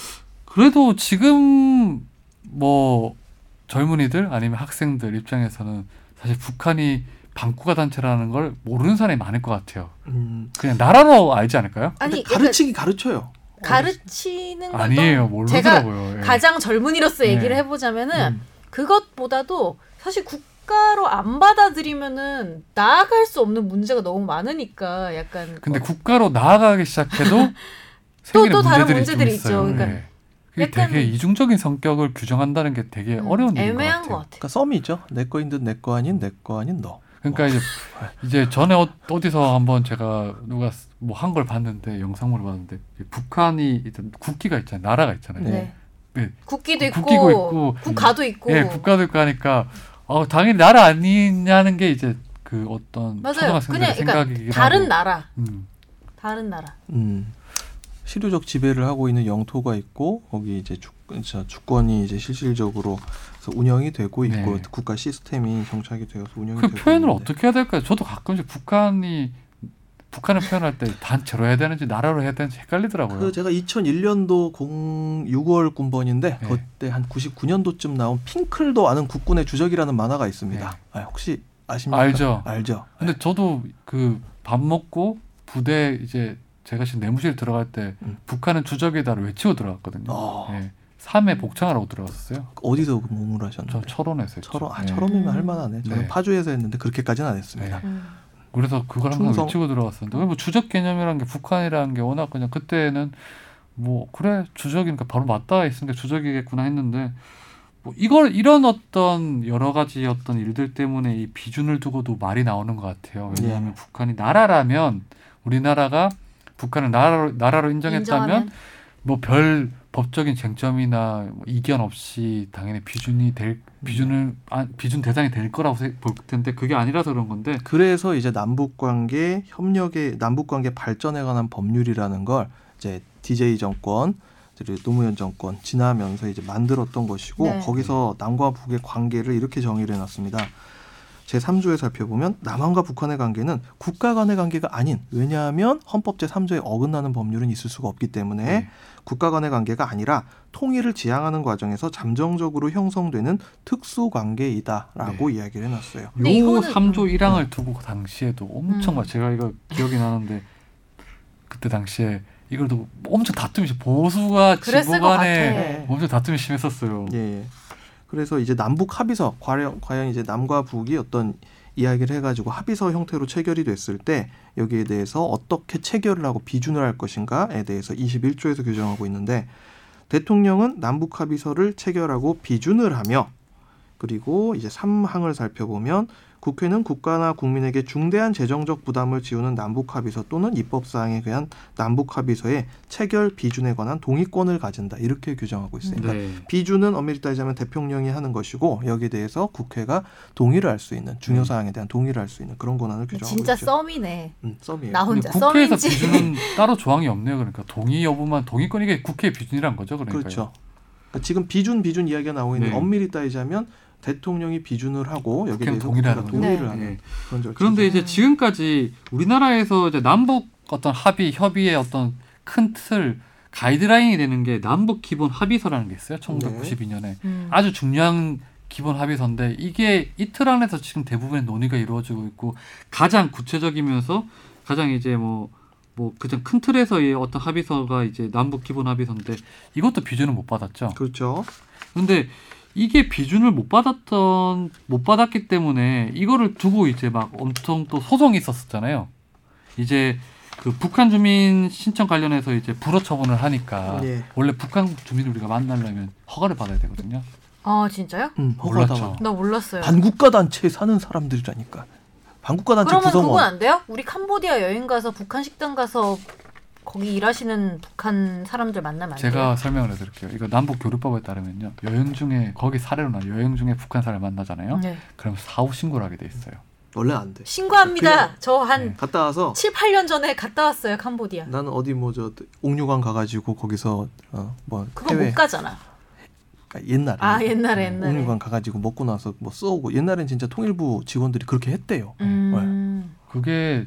Speaker 1: 그래도 지금 뭐 젊은이들 아니면 학생들 입장에서는 사실 북한이 방구가 단체라는 걸 모르는 사람이 많을 것 같아요.
Speaker 3: 음,
Speaker 1: 그냥 나라로 알지 않을까요?
Speaker 2: 아니 그러니까
Speaker 3: 가르치기 가르쳐요
Speaker 2: 가르치는 것도
Speaker 1: 아니에요, 모르더라고요. 예.
Speaker 2: 음, 가장 젊은이로서 얘기를
Speaker 1: 네.
Speaker 3: 음.
Speaker 2: 해보자면은 그것보다도 사실 국가로 안 받아들이면은 나아갈 수 없는 문제가 너무 많으니까 약간 음,
Speaker 1: 근데 국가로 나아가기 시작해도 생기는
Speaker 2: 또 다른
Speaker 1: 문제들이,
Speaker 2: 문제들이
Speaker 1: 좀
Speaker 2: 있죠.
Speaker 1: 있어요.
Speaker 2: 그러니까
Speaker 1: 예. 그게
Speaker 2: 약간-
Speaker 1: 되게 이중적인 성격을 규정한다는 게 되게
Speaker 2: 음,
Speaker 1: 어려운 일인 것
Speaker 2: 애매한
Speaker 1: 같아요.
Speaker 2: 것 같아.
Speaker 3: 그러니까 썸이죠 내 거인 듯 내 거 아닌 내 거 아닌 너
Speaker 1: 그러니까 이제 이제 전에 어, 어디서 한번 제가 누가 뭐 한 걸 봤는데 영상으로 봤는데 북한이 일단 국기가 있잖아요, 나라가 있잖아요.
Speaker 2: 네.
Speaker 1: 네.
Speaker 2: 국기도 있고,
Speaker 1: 국기고 있고,
Speaker 2: 국가도 있고.
Speaker 1: 예, 국가도 있고 하니까 어, 당연히 나라 아니냐는 게 이제 그 어떤
Speaker 2: 맞아요. 그냥
Speaker 1: 초등학생들의
Speaker 2: 그러니까
Speaker 1: 생각이긴
Speaker 2: 다른
Speaker 1: 하고.
Speaker 2: 나라,
Speaker 1: 음.
Speaker 2: 다른 나라.
Speaker 3: 음, 실효적 지배를 하고 있는 영토가 있고 거기 이제 주, 저 주권이 이제 실질적으로 그래서 운영이 되고 있고
Speaker 1: 네.
Speaker 3: 국가 시스템이 정착이 되어서 운영이
Speaker 1: 그
Speaker 3: 되고
Speaker 1: 표현을
Speaker 3: 있는데.
Speaker 1: 어떻게 해야 될까요? 저도 가끔씩 북한이 북한을 표현할 때 단체로 해야 되는지 나라로 해야 되는지 헷갈리더라고요.
Speaker 3: 그 제가 2001년도 공 6월 군번인데
Speaker 1: 네.
Speaker 3: 그때 한 99년도쯤 나온 핑클도 아는 국군의 주적이라는 만화가 있습니다. 아, 혹시 아십니까?
Speaker 1: 네. 알죠.
Speaker 3: 알죠.
Speaker 1: 근데 저도 그 밥 먹고 부대 이제 제가 지금 내무실 들어갈 때
Speaker 3: 음.
Speaker 1: 북한은 주적이다를 외치고 들어갔거든요.
Speaker 3: 어.
Speaker 1: 예. 3회 복창하라고 들어갔었어요.
Speaker 3: 어디서 그 몸을 하셨나요?
Speaker 1: 저 철원에서 했죠.
Speaker 3: 철원, 아,
Speaker 1: 예.
Speaker 2: 음.
Speaker 3: 철원이면 할 만하네. 저는
Speaker 1: 네.
Speaker 3: 파주에서 했는데 그렇게까지는 안 했습니다.
Speaker 1: 네.
Speaker 2: 음.
Speaker 1: 그래서 그걸 항상
Speaker 3: 충성.
Speaker 1: 외치고 들어갔었는데 왜 뭐 주적 개념이라는 게 북한이라는 게 워낙 그냥 그때는 뭐 그래 주적이니까 바로 맞닿아 있으니까 주적이겠구나 했는데 뭐 이걸 이런 어떤 여러 가지 어떤 일들 때문에 이 비준을 두고도 말이 나오는 것 같아요. 왜냐하면
Speaker 3: 예.
Speaker 1: 북한이 나라라면 우리나라가 북한을 나라로 나라로 인정했다면
Speaker 2: 인정하면
Speaker 1: 뭐 별 법적인 쟁점이나 뭐 이견 없이 당연히 비준이 될 비준을 아, 비준 대상이 될 거라고 세- 볼 텐데 그게 아니라서 그런 건데
Speaker 3: 그래서 이제 남북 관계 협력의 남북 관계 발전에 관한 법률이라는 걸 이제 DJ 정권 이제 노무현 정권 지나면서 이제 만들었던 것이고
Speaker 5: 네.
Speaker 3: 거기서 남과 북의 관계를 이렇게 정의를 해놨습니다. 제 3조에 살펴보면 남한과 북한의 관계는 국가 간의 관계가 아닌 왜냐하면 헌법 제 3조에 어긋나는 법률은 있을 수가 없기 때문에
Speaker 6: 네.
Speaker 3: 국가 간의 관계가 아니라 통일을 지향하는 과정에서 잠정적으로 형성되는 특수 관계이다라고 이야기를 해놨어요.
Speaker 1: 요
Speaker 2: 근데 네, 이거는- 음.
Speaker 1: 3조 1항을 두고 그 당시에도 엄청
Speaker 5: 음.
Speaker 1: 막 제가 이거 기억이 나는데 그때 당시에 이걸 두고 엄청 다툼이 심- 보수가
Speaker 2: 그랬을 것
Speaker 1: 진보간에
Speaker 2: 같아.
Speaker 3: 네.
Speaker 1: 엄청 다툼이 심했었어요.
Speaker 3: 예, 예. 그래서 이제 남북 합의서 과연, 과연 이제 남과 북이 어떤 이야기를 해가지고 합의서 형태로 체결이 됐을 때 여기에 대해서 어떻게 체결을 하고 비준을 할 것인가에 대해서 21조에서 규정하고 있는데 대통령은 남북 합의서를 체결하고 비준을 하며 그리고 이제 삼항을 살펴보면 국회는 국가나 국민에게 중대한 재정적 부담을 지우는 남북 합의서 또는 입법 사항에 관한 남북 합의서의 체결 비준에 관한 동의권을 가진다 이렇게 규정하고 있습니다.
Speaker 1: 그러니까
Speaker 6: 네.
Speaker 3: 비준은 엄밀히 따지자면 대통령이 하는 것이고 여기에 대해서 국회가 동의를 할 수 있는
Speaker 1: 음.
Speaker 3: 중요 사항에 대한 동의를 할 수 있는 그런 권한을 규정하고
Speaker 2: 진짜
Speaker 3: 있죠.
Speaker 2: 썸이네.
Speaker 3: 음, 썸이에요.
Speaker 2: 나
Speaker 1: 근데
Speaker 2: 아, 혼자
Speaker 1: 국회에서
Speaker 2: 썸인지.
Speaker 1: 비준은 따로 조항이 없네요. 그러니까 동의 여부만 동의권 이게 국회 비준이란 거죠. 그러니까
Speaker 3: 그렇죠. 그러니까 지금 비준 비준 이야기가 나오고 있는 데
Speaker 6: 네.
Speaker 3: 엄밀히 따지자면 대통령이 비준을 하고
Speaker 1: 국회는
Speaker 3: 여기에 대해서
Speaker 1: 동의를
Speaker 3: 국회가
Speaker 1: 하는 거죠.
Speaker 3: 동의를
Speaker 2: 네.
Speaker 3: 하는
Speaker 6: 네.
Speaker 3: 그런 절차.
Speaker 6: 그런데 이제 지금까지 우리나라에서 이제 남북
Speaker 1: 어떤 합의 협의의 어떤 큰 틀 가이드라인이 되는 게 남북 기본 합의서라는 게 있어요. 1992년에
Speaker 2: 음.
Speaker 1: 아주 중요한 기본 합의서인데 이게 이틀 안에서 지금 대부분의 논의가 이루어지고 있고
Speaker 6: 가장 구체적이면서 가장 이제 뭐 뭐 가장 큰 틀에서의 어떤 합의서가 이제 남북 기본 합의서인데
Speaker 1: 이것도 비준을 못 받았죠.
Speaker 3: 그렇죠.
Speaker 6: 근데 이게 비준을 못 받았던 못 받았기 때문에 이거를 두고 이제 막 엄청 또 소송이 있었었잖아요.
Speaker 1: 이제 그 북한 주민 신청 관련해서 이제 불허 처분을 하니까
Speaker 3: 예.
Speaker 1: 원래 북한 주민을 우리가 만나려면 허가를 받아야 되거든요.
Speaker 2: 아 진짜요?
Speaker 3: 음, 허가다.
Speaker 1: 몰랐죠.
Speaker 2: 나 몰랐어요.
Speaker 3: 반국가 단체에 사는 사람들이라니까. 반국가 단체
Speaker 2: 그러면 그건
Speaker 3: 구성원.
Speaker 2: 안 돼요? 우리 캄보디아 여행 가서 북한 식당 가서 거기 일하시는 북한 사람들 만나면 안 돼요?
Speaker 1: 제가 설명을 해드릴게요. 이거 남북 교류법에 따르면요. 여행 중에 거기 사례로 나 여행 중에 북한 사람을 만나잖아요.
Speaker 2: 네.
Speaker 1: 그럼 사후 신고를 하게 돼 있어요.
Speaker 3: 원래 안 돼.
Speaker 2: 신고합니다.
Speaker 3: 그냥-
Speaker 2: 저 한
Speaker 1: 네.
Speaker 3: 갔다 와서
Speaker 2: 7, 8년 전에 갔다 왔어요 캄보디아.
Speaker 3: 나는 어디 뭐 저 옥류관 가가지고 거기서 어뭐
Speaker 2: 그거
Speaker 3: 해외
Speaker 2: 못 가잖아.
Speaker 3: 그러니까 옛날에
Speaker 2: 아
Speaker 1: 네.
Speaker 2: 옛날에 옛날에.
Speaker 3: 옥류관 가가지고 먹고 나서 뭐 쏘고 옛날엔 진짜 통일부 직원들이 그렇게 했대요.
Speaker 1: 네.
Speaker 2: 음.
Speaker 1: 그게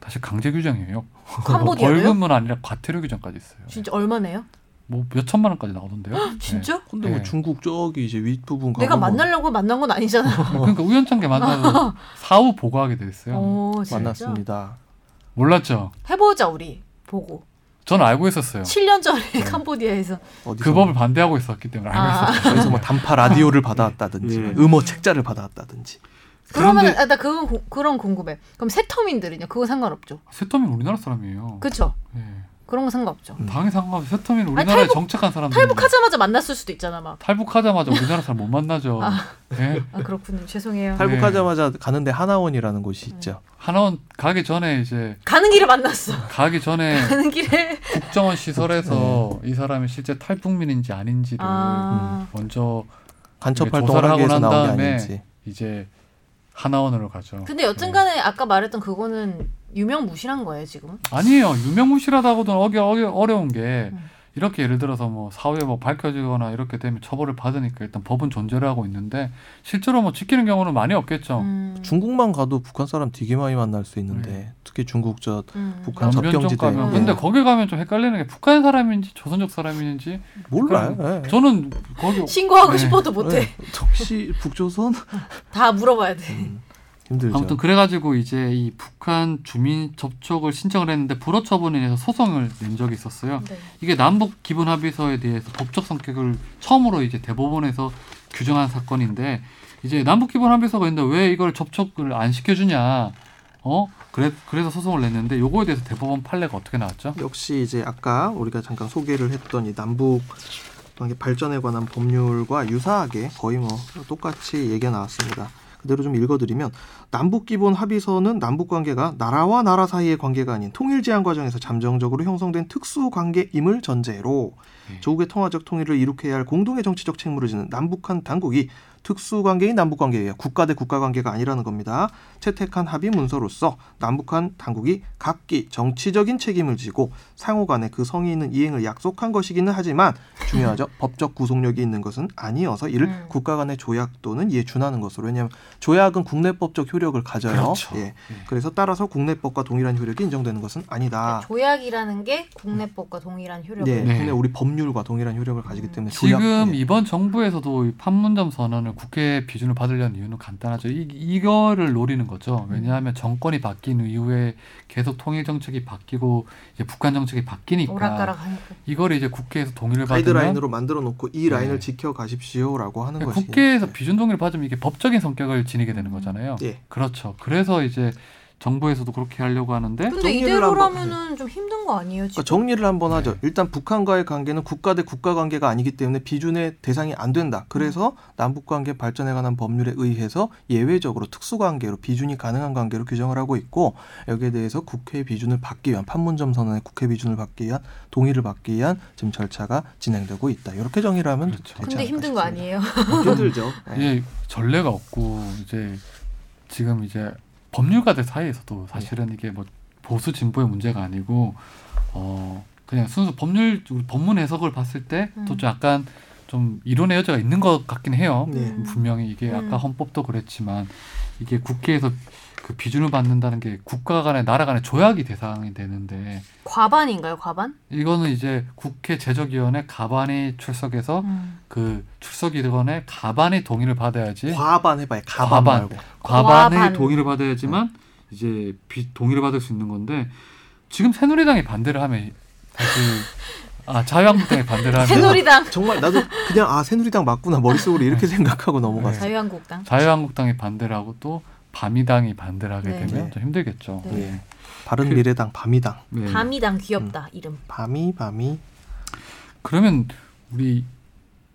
Speaker 1: 다시 강제 규정이에요. 뭐
Speaker 2: 캄보디아요?
Speaker 1: 벌금은 아니라 과태료 규정까지 있어요.
Speaker 2: 진짜 얼마네요?
Speaker 1: 뭐 몇 천만 원까지 나오던데요. 네.
Speaker 2: 진짜?
Speaker 3: 근데 뭐
Speaker 1: 네.
Speaker 3: 중국 저기 이제 윗부분 가고
Speaker 2: 내가
Speaker 3: 뭐
Speaker 2: 만나려고 만난 건 아니잖아.
Speaker 1: 그러니까 우연찮게 만나서 사후 보고하게 돼 있어요.
Speaker 2: 오 진짜.
Speaker 3: 만났습니다.
Speaker 1: 몰랐죠.
Speaker 2: 해보자 우리 보고.
Speaker 1: 전 알고 있었어요.
Speaker 3: 네.
Speaker 2: 7년 전에 캄보디아에서
Speaker 3: 어디서
Speaker 1: 그 법을 반대하고 있었기 때문에 알고
Speaker 2: 아.
Speaker 1: 있었어요.
Speaker 3: 그래서 뭐 단파 라디오를 받아왔다든지
Speaker 1: 네.
Speaker 6: 예.
Speaker 3: 음어 책자를 받아왔다든지
Speaker 2: 그러면
Speaker 6: 그런데-
Speaker 2: 아, 나 그건 고- 그런 궁금해. 그럼 세터민들은요? 그거 상관없죠?
Speaker 1: 세터민 우리나라 사람이에요.
Speaker 2: 그쵸?
Speaker 1: 예.
Speaker 2: 그런 거 상관없죠.
Speaker 3: 음.
Speaker 1: 당연히 상관없이 세터민 우리나라에
Speaker 2: 탈북-
Speaker 1: 정착한 사람들
Speaker 2: 탈북하자마자 만났을 수도 있잖아 막.
Speaker 1: 탈북하자마자 우리나라 사람 못 만나죠.
Speaker 2: 아.
Speaker 1: 예?
Speaker 2: 아 그렇군요. 죄송해요.
Speaker 3: 탈북하자마자
Speaker 1: 네.
Speaker 3: 가는데 하나원이라는 곳이 있죠.
Speaker 2: 네.
Speaker 1: 한원 가기 전에 이제
Speaker 2: 가는 길에 만났어.
Speaker 1: 가기 전에
Speaker 2: 가는 길에.
Speaker 3: 음,
Speaker 1: 국정원 시설에서 이 사람이 실제 탈북민인지
Speaker 3: 음.
Speaker 1: 아닌지를
Speaker 2: 네. 아.
Speaker 1: 먼저
Speaker 3: 간첩
Speaker 1: 이게
Speaker 3: 활동을
Speaker 1: 조사를
Speaker 3: 하기 위해서
Speaker 1: 하고 난
Speaker 3: 나온 게
Speaker 1: 다음에
Speaker 3: 아닌지.
Speaker 1: 이제 하나원으로 가죠.
Speaker 2: 근데 여튼간에 아까 말했던 그거는 유명 무실한 거예요 지금.
Speaker 1: 아니에요. 유명무실하다고도 어기 어기 어려운 게
Speaker 2: 음.
Speaker 1: 이렇게 예를 들어서 뭐 사후에 뭐 밝혀지거나 이렇게 되면 처벌을 받으니까 일단 법은 존재를 하고 있는데 실제로 뭐 지키는 경우는 많이 없겠죠.
Speaker 2: 음.
Speaker 3: 어. 중국만 가도 북한 사람 되게 많이 만날 수 있는데
Speaker 1: 네.
Speaker 3: 특히 중국 저
Speaker 2: 음.
Speaker 3: 북한
Speaker 1: 남변쪽
Speaker 3: 접경지대.
Speaker 1: 가면
Speaker 2: 네.
Speaker 1: 근데 거기 가면 좀 헷갈리는 게 북한 사람인지 조선족 사람인지
Speaker 3: 몰라요. 예.
Speaker 1: 저는 거기
Speaker 2: 신고하고
Speaker 1: 네.
Speaker 2: 싶어도 못해.
Speaker 3: 예. 혹시 북조선
Speaker 2: 다 물어봐야 돼.
Speaker 3: 음, 힘들죠.
Speaker 1: 아무튼 그래가지고 이제 이 북한 주민 접촉을 신청을 했는데 불허 처분에 대해서 소송을 낸 적이 있었어요.
Speaker 2: 네.
Speaker 1: 이게 남북 기본 합의서에 대해서 법적 성격을 처음으로 이제 대법원에서 규정한 사건인데 이제 남북 기본 합의서가 있는데 왜 이걸 접촉을 안 시켜주냐 어 그래 그래서 소송을 냈는데 요거에 대해서 대법원 판례가 어떻게 나왔죠?
Speaker 3: 역시 이제 아까 우리가 잠깐 소개를 했던 이 남북 관계 발전에 관한 법률과 유사하게 거의 뭐 똑같이 얘기가 나왔습니다. 그대로 좀 읽어드리면 남북 기본 합의서는 남북 관계가 나라와 나라 사이의 관계가 아닌 통일 제한 과정에서 잠정적으로 형성된 특수 관계임을 전제로
Speaker 1: 네.
Speaker 3: 조국의 통화적 통일을 이룩해야 할 공동의 정치적 책무를 지는 남북한 당국이 특수관계인 남북관계예요. 국가 대 국가 관계가 아니라는 겁니다. 채택한 합의 문서로서 남북한 당국이 각기 정치적인 책임을 지고 상호 간에 그 성의 있는 이행을 약속한 것이기는 하지만 중요하죠. 법적 구속력이 있는 것은 아니어서 이를
Speaker 2: 음.
Speaker 3: 국가 간의 조약 또는 이에 준하는 것으로. 왜냐하면 조약은 국내법적 효력을 가져요.
Speaker 1: 그렇죠.
Speaker 3: 예. 그래서 따라서 국내법과 동일한 효력이 인정되는 것은 아니다.
Speaker 2: 조약이라는 게 국내법과 동일한 효력을
Speaker 3: 네,
Speaker 6: 네.
Speaker 3: 근데 우리 법률과 동일한 효력을 가지기 때문에 조약,
Speaker 1: 지금
Speaker 3: 예.
Speaker 1: 이번 정부에서도 이 판문점 선언을 국회 비준을 받으려는 이유는 간단하죠. 이, 이거를 노리는 거죠.
Speaker 3: 음.
Speaker 1: 왜냐하면 정권이 바뀐 이후에 계속 통일 정책이 바뀌고 이제 북한 정책이 바뀌니까
Speaker 2: 오락가락 하니까
Speaker 1: 이걸 이제 국회에서 동의를 그 받으면
Speaker 3: 가이드라인으로 만들어 놓고 이
Speaker 1: 네.
Speaker 3: 라인을 지켜가십시오라고 하는 것이
Speaker 1: 예, 국회에서 비준 동의를 받으면 이게 법적인 성격을 지니게 되는 거잖아요.
Speaker 3: 예.
Speaker 1: 그렇죠. 그래서 이제 정부에서도 그렇게 하려고 하는데
Speaker 2: 근데
Speaker 3: 네? 정리를
Speaker 2: 이대로라면은 좀 힘든 거 아니에요 지금
Speaker 3: 그러니까 정리를 한번
Speaker 1: 네.
Speaker 3: 하죠. 일단 북한과의 관계는 국가 대 국가 관계가 아니기 때문에 비준의 대상이 안 된다.
Speaker 1: 음.
Speaker 3: 그래서 남북 관계 발전에 관한 법률에 의해서 예외적으로 특수 관계로 비준이 가능한 관계로 규정을 하고 있고 여기에 대해서 국회 비준을 받기 위한 판문점 선언의 국회 비준을 받기 위한 동의를 받기 위한 지금 절차가 진행되고 있다. 이렇게 정리를 하면
Speaker 1: 그렇죠.
Speaker 3: 되지
Speaker 2: 근데
Speaker 3: 않을까
Speaker 2: 힘든 거
Speaker 3: 싶습니다.
Speaker 2: 아니에요
Speaker 3: 힘들죠. 예.
Speaker 1: 이게 전례가 없고 이제 지금 이제 법률가들 사이에서도 사실은 이게 뭐 보수 진보의 문제가 아니고 어 그냥 순수 법률 법문 해석을 봤을 때 또 좀 약간 좀 이론의 여지가 있는 것 같긴 해요.
Speaker 3: 예.
Speaker 2: 음.
Speaker 1: 분명히 이게 아까
Speaker 2: 음.
Speaker 1: 헌법도 그랬지만 이게 국회에서 그 비준을 받는다는 게 국가 간의 나라 간의 조약이 대상이 되는데
Speaker 2: 과반인가요 과반?
Speaker 1: 이거는 이제 국회 제적위원회 가반이 출석해서
Speaker 2: 음.
Speaker 1: 그 출석위원회 가반의 동의를 받아야지
Speaker 3: 예. 과반 해봐요. 가반,
Speaker 1: 과반.
Speaker 3: 말고.
Speaker 1: 과반의
Speaker 2: 과반. 네.
Speaker 1: 동의
Speaker 6: 동의를 받아야지만 이제 비, 동의를 받을 수 있는 건데 지금 새누리당이 반대를 하면 다시 아 자유한국당이 반대를 하면
Speaker 2: 새누리당
Speaker 3: 정말 나도 그냥 아 새누리당 맞구나 머릿속으로 이렇게
Speaker 1: 네.
Speaker 3: 생각하고 넘어갔어요.
Speaker 2: 자유한국당
Speaker 1: 자유한국당이 반대를 하고 또 바미당이 반대를 하게
Speaker 2: 네.
Speaker 1: 되면
Speaker 3: 네.
Speaker 1: 좀 힘들겠죠.
Speaker 2: 네.
Speaker 3: 예.
Speaker 1: 그
Speaker 3: 바른미래당 밤이당
Speaker 6: 네.
Speaker 2: 밤이당
Speaker 3: 음.
Speaker 2: 귀엽다 이름
Speaker 3: 밤이 밤이
Speaker 1: 그러면 우리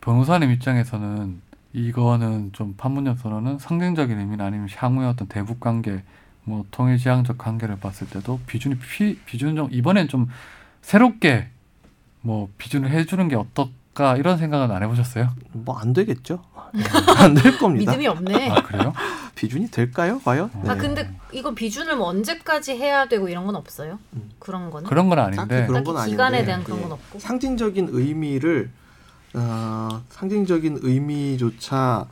Speaker 1: 변호사님 입장에서는 이거는 좀 판문점 선언은 상징적인 의미나 아니면 향후의 어떤 대북 관계 뭐 통일지향적 관계를 봤을 때도 비준이 피, 비준 좀 이번엔 좀 새롭게 뭐 비준을 해주는 게 어떨까 이런 생각은 안 해보셨어요?
Speaker 3: 뭐 안 되겠죠?
Speaker 1: 네.
Speaker 3: 안 될 겁니다. 네.
Speaker 2: 믿음이 없네
Speaker 1: 아 그래요?
Speaker 3: 비준이 될까요? 과연?
Speaker 2: 아 근데 이건 비준을 뭐 언제까지 해야 되고 이런 건 없어요?
Speaker 3: 음.
Speaker 2: 그런 거는?
Speaker 1: 그런 건
Speaker 3: 딱히
Speaker 1: 아닌데
Speaker 3: 그런 건
Speaker 2: 딱히
Speaker 3: 아닌데
Speaker 2: 기간에 대한 그런
Speaker 3: 예.
Speaker 2: 건 없고.
Speaker 3: 상징적인 의미를 어, 상징적인 의미조차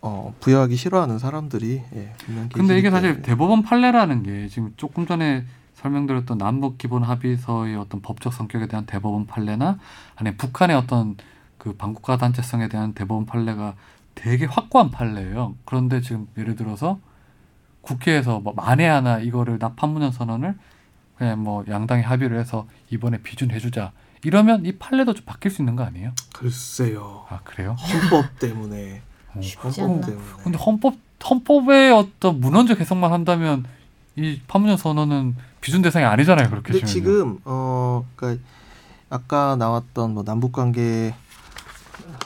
Speaker 3: 어, 부여하기 싫어하는 사람들이 예, 분명
Speaker 1: 근데 이게
Speaker 3: 계시기
Speaker 1: 사실
Speaker 3: 때문에.
Speaker 1: 대법원 판례라는 게 지금 조금 전에 설명드렸던 남북 기본 합의서의 어떤 법적 성격에 대한 대법원 판례나 아니 북한의 어떤 그 반국가 단체성에 대한 대법원 판례가 되게 확고한 판례예요. 그런데 지금 예를 들어서 국회에서 뭐 만에 하나 이거를 나판문연 선언을 그냥 뭐 양당이 합의를 해서 이번에 비준해주자 이러면 이 판례도 좀 바뀔 수 있는 거 아니에요?
Speaker 3: 글쎄요
Speaker 1: 아 그래요?
Speaker 3: 헌법 때문에
Speaker 2: 쉽지
Speaker 3: 헌법
Speaker 2: 않나.
Speaker 3: 때문에
Speaker 1: 근데 헌법 헌법의 어떤 문헌적 해석만 한다면 이 판문점 선언은 비준 대상이 아니잖아요. 그렇게
Speaker 3: 근데
Speaker 1: 치면
Speaker 3: 지금 어 그러니까 아까 나왔던 뭐 남북 관계